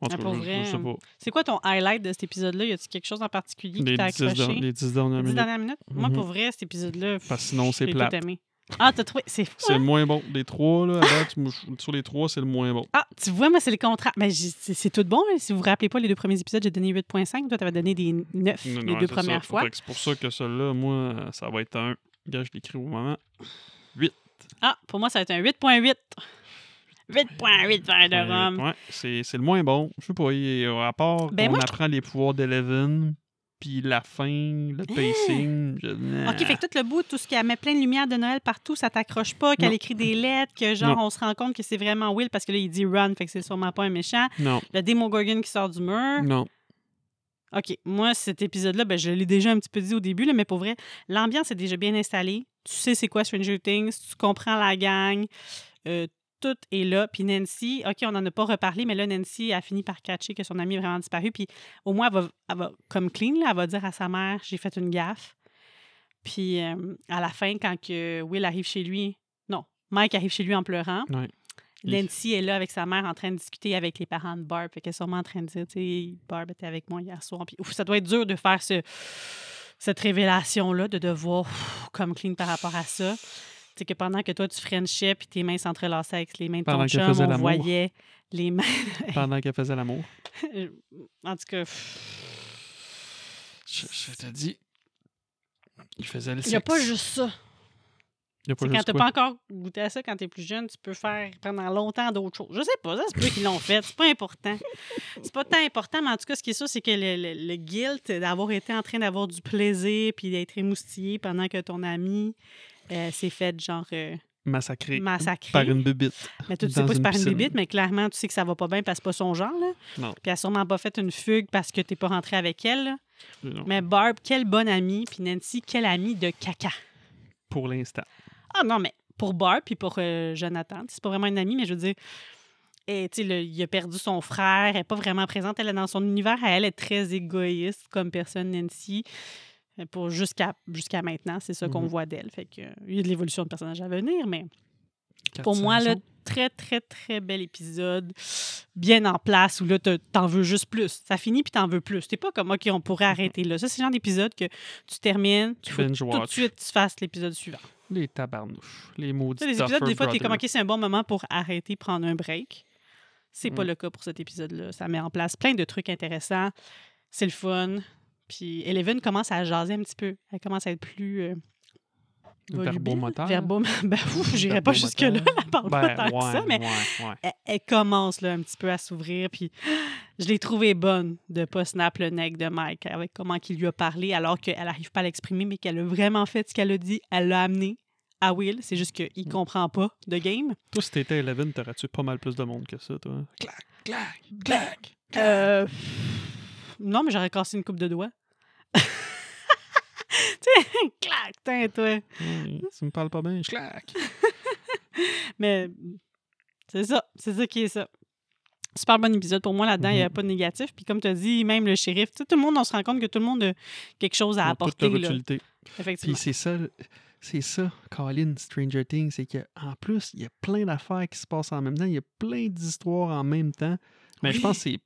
Speaker 4: En
Speaker 3: Ah,
Speaker 4: tout cas,
Speaker 3: pour
Speaker 4: je-
Speaker 3: vrai,
Speaker 4: je sais pas.
Speaker 3: C'est quoi ton highlight de cet épisode-là? Y a-tu quelque chose en particulier qui
Speaker 4: Les
Speaker 3: t'a
Speaker 4: 10,
Speaker 3: accroché?
Speaker 4: dans- les 10 dernières
Speaker 3: Les dix
Speaker 4: minutes.
Speaker 3: dernières minutes? Moi,
Speaker 4: Mhm.
Speaker 3: pour vrai, cet épisode-là,
Speaker 4: Parce que sinon,
Speaker 3: je
Speaker 4: c'est
Speaker 3: l'ai
Speaker 4: plate.
Speaker 3: tout aimé. Ah, t'as trouvé... C'est fou,
Speaker 4: C'est
Speaker 3: hein?
Speaker 4: le moins bon. Des trois, là, à date, moi, je- sur les trois, c'est le moins bon.
Speaker 3: Ah, tu vois, moi, c'est le contraire. Mais j'ai- c'est c'est tout bon. hein. Si vous vous rappelez pas, les deux premiers épisodes, j'ai donné 8.5. Toi, t'avais donné des 9
Speaker 4: Non,
Speaker 3: les
Speaker 4: non,
Speaker 3: deux
Speaker 4: c'est ça.
Speaker 3: premières fois.
Speaker 4: Fait que C'est pour ça que celui-là, moi, ça va être un. Gars, je l'écris au moment.
Speaker 3: Ah, pour moi, ça va être un 8.8. 8.8 vers de rhum.
Speaker 4: Ouais, c'est c'est le moins bon. Je sais pas, il- à part
Speaker 3: Ben,
Speaker 4: qu'on
Speaker 3: moi, je
Speaker 4: apprend les pouvoirs d'Eleven, puis la fin, le pacing. je- nah.
Speaker 3: Hein? OK, fait que tout le bout, tout ce qu'elle met plein de lumière de Noël partout, ça t'accroche pas, qu'elle
Speaker 4: Non.
Speaker 3: écrit des lettres, que genre,
Speaker 4: Non.
Speaker 3: on se rend compte que c'est vraiment Will parce que là, il dit run, fait que c'est sûrement pas un méchant.
Speaker 4: Non,
Speaker 3: Le Démogorgon qui sort du mur.
Speaker 4: non.
Speaker 3: OK, moi, cet épisode-là, ben, je l'ai déjà un petit peu dit au début, là, mais pour vrai, l'ambiance est déjà bien installée. Tu sais c'est quoi Stranger Things, tu comprends la gang, euh, tout est là. Puis Nancy, OK, on n'en a pas reparlé, mais là, Nancy a fini par catcher que son ami est vraiment disparu. Puis au moins, elle va, elle va comme clean, là, elle va dire à sa mère, j'ai fait une gaffe. Puis euh, à la fin, quand que Will arrive chez lui, non, Mike arrive chez lui en pleurant.
Speaker 4: Ouais.
Speaker 3: Nancy est là avec sa mère en train de discuter avec les parents de Barb. Fait qu'elle est sûrement en train de dire, tu sais, Barb était avec moi hier soir. Puis, ouf, ça doit être dur de faire ce- cette révélation-là, de devoir ouf, comme clean par rapport à ça. Tu sais, que pendant que toi, tu frenchais, puis tes mains s'entrelaçaient avec les mains de
Speaker 4: Pendant
Speaker 3: ton
Speaker 4: qu'elle
Speaker 3: chum,
Speaker 4: faisait
Speaker 3: on
Speaker 4: l'amour.
Speaker 3: voyait les mains.
Speaker 4: Pendant qu'elle faisait l'amour.
Speaker 3: en tout cas, pff,
Speaker 4: Je, je te dis. Il faisait le
Speaker 3: il n'y a
Speaker 4: sexe.
Speaker 3: pas juste ça.
Speaker 4: Il y a pas
Speaker 3: C'est quand
Speaker 4: juste
Speaker 3: t'as
Speaker 4: quoi.
Speaker 3: pas encore goûté à ça, quand t'es plus jeune, tu peux faire pendant longtemps d'autres choses. Je sais pas, ça se peut qu'ils l'ont fait, c'est pas important. C'est pas tant important, mais en tout cas, ce qui est sûr, c'est que le, le- le guilt d'avoir été en train d'avoir du plaisir puis d'être émoustillé pendant que ton ami euh, s'est fait genre euh,
Speaker 4: Massacré
Speaker 3: massacrer.
Speaker 4: par une bubite.
Speaker 3: Mais tu ne sais
Speaker 4: dans
Speaker 3: pas si
Speaker 4: une
Speaker 3: par une
Speaker 4: piscine.
Speaker 3: bébite, mais clairement, tu sais que ça va pas bien parce que c'est pas son genre. Là.
Speaker 4: Non.
Speaker 3: Puis elle a sûrement pas fait une fugue parce que t'es pas rentré avec elle. là.
Speaker 4: Non,
Speaker 3: Mais Barb, quelle bonne amie, puis Nancy, quelle amie de caca.
Speaker 4: Pour l'instant.
Speaker 3: Ah non, mais pour Barb puis pour euh, Jonathan, c'est pas vraiment une amie, mais je veux dire, et, tu sais, le- il a perdu son frère, elle n'est pas vraiment présente, elle est dans son univers, à elle elle est très égoïste comme personne, Nancy, euh, pour jusqu'à jusqu'à maintenant, c'est ça qu'on
Speaker 4: Mhm.
Speaker 3: voit d'elle. Fait que, euh, il y a de l'évolution de personnage à venir, mais pour moi, là,
Speaker 4: 400,
Speaker 3: très, très, très bel épisode, bien en place, où là, te- t'en veux juste plus. Ça finit, puis t'en veux plus. T'es pas comme, OK, on pourrait arrêter là. Ça, c'est le genre d'épisode que tu termines,
Speaker 4: Mm-hmm. Tu
Speaker 3: faut que tout de
Speaker 4: binge-watch.
Speaker 3: suite, tu fasses l'épisode suivant.
Speaker 4: Les tabarnouches. Les maudits.
Speaker 3: Tu sais, les épisodes,
Speaker 4: Duffer
Speaker 3: des fois, t'es comme,
Speaker 4: Brothers.
Speaker 3: OK, c'est un bon moment pour arrêter, prendre un break. C'est pas
Speaker 4: Mm.
Speaker 3: le cas pour cet épisode-là. Ça met en place plein de trucs intéressants. C'est le fun. Puis Eleven commence à jaser un petit peu. Elle commence à être plus... euh, volubile.
Speaker 4: Verbomoteur.
Speaker 3: Verbom- Ben, ouf, j'irai pas jusque-là, la parle pas
Speaker 4: Ben,
Speaker 3: tant que
Speaker 4: ouais,
Speaker 3: ça, mais
Speaker 4: ouais, ouais.
Speaker 3: elle, elle commence là, un petit peu à s'ouvrir. Puis je l'ai trouvée bonne de pas snap le neck de Mike avec comment qu'il lui a parlé alors qu'elle n'arrive pas à l'exprimer, mais qu'elle a vraiment fait ce qu'elle a dit. Elle l'a amené à Will. C'est juste qu'il comprend pas de game.
Speaker 4: Toi, si t'étais Eleven, t'aurais tué pas mal plus de monde que ça, toi. Mmh. Clac, clac, clac.
Speaker 3: Euh, Non, mais j'aurais cassé une coupe de doigts. Tu sais, clac, tain, toi.
Speaker 4: Hey, tu me parles pas bien. Clac.
Speaker 3: Mais mm, c'est ça, c'est ça qui est ça. Super bon épisode. Pour moi, là-dedans, il n'y a
Speaker 4: Mhm.
Speaker 3: pas de négatif. Puis comme tu as dit, même le shérif, tu sais, tout le monde, on se rend compte que tout le monde a quelque chose à
Speaker 4: Ils ont
Speaker 3: apporter.
Speaker 4: Toute
Speaker 3: là.
Speaker 4: leur utilité. Puis
Speaker 3: Effectivement.
Speaker 4: c'est ça, c'est ça, Colin, Stranger Things, c'est qu'en plus, il y a plein d'affaires qui se passent en même temps, il y a plein d'histoires en même temps. Mais je
Speaker 3: Oui.
Speaker 4: pense que c'est-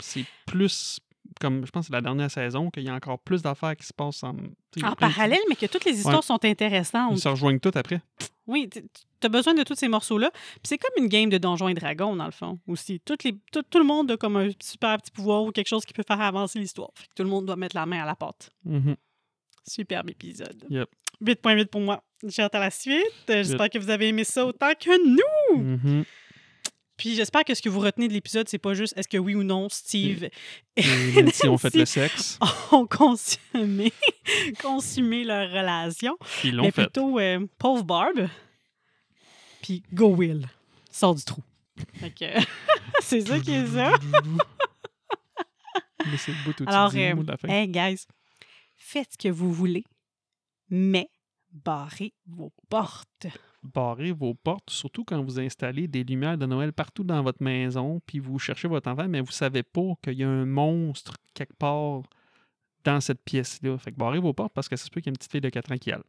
Speaker 4: c'est plus, comme je pense que c'est la dernière saison, qu'il y a encore plus d'affaires qui se passent en, tu sais, il y a
Speaker 3: En
Speaker 4: plein-
Speaker 3: parallèle, mais que toutes les histoires
Speaker 4: Ouais.
Speaker 3: sont intéressantes.
Speaker 4: Ils se rejoignent toutes après.
Speaker 3: Oui, tu as besoin de tous ces morceaux-là. Puis c'est comme une game de Donjons et Dragons, dans le fond, aussi. Toutes les, tout, tout le monde a comme un super petit pouvoir ou quelque chose qui peut faire avancer l'histoire. Fait que Tout le monde doit mettre la main à la pâte.
Speaker 4: Mhm.
Speaker 3: Superbe épisode.
Speaker 4: Yep.
Speaker 3: 8.8 pour moi. J'ai hâte à la suite. Euh, J'espère que vous avez aimé ça autant que nous.
Speaker 4: Mhm.
Speaker 3: Puis j'espère que ce que vous retenez de l'épisode, c'est pas juste est-ce que oui ou non Steve
Speaker 4: Mm. Et même si on fait
Speaker 3: Si-
Speaker 4: le sexe,
Speaker 3: ont consommé, consumé leur relation,
Speaker 4: ils l'ont
Speaker 3: mais
Speaker 4: fait.
Speaker 3: plutôt euh, pauvre Barb, puis go Will, sort du trou. Fait que c'est ça qui est ça.
Speaker 4: Mais c'est le bout où tu
Speaker 3: Alors,
Speaker 4: dis le
Speaker 3: euh,
Speaker 4: mot de la fin.
Speaker 3: hey guys, faites ce que vous voulez, mais barrez vos portes.
Speaker 4: barrez vos portes, surtout quand vous installez des lumières de Noël partout dans votre maison, puis vous cherchez votre enfant, mais vous savez pas qu'il y a un monstre quelque part dans cette pièce-là. Fait que barrez vos portes parce que ça se peut qu'il y ait une petite fille de 4 ans qui y aille.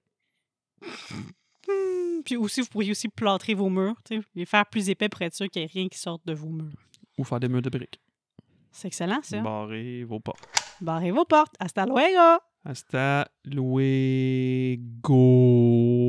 Speaker 3: Hmm, Puis aussi, vous pourriez aussi plâtrer vos murs, tu sais, les faire plus épais pour être sûr qu'il n'y ait rien qui sorte de vos murs.
Speaker 4: Ou faire des murs de briques.
Speaker 3: C'est excellent, ça.
Speaker 4: Barrez vos portes.
Speaker 3: Barrez vos portes. Hasta luego!
Speaker 4: Hasta luego.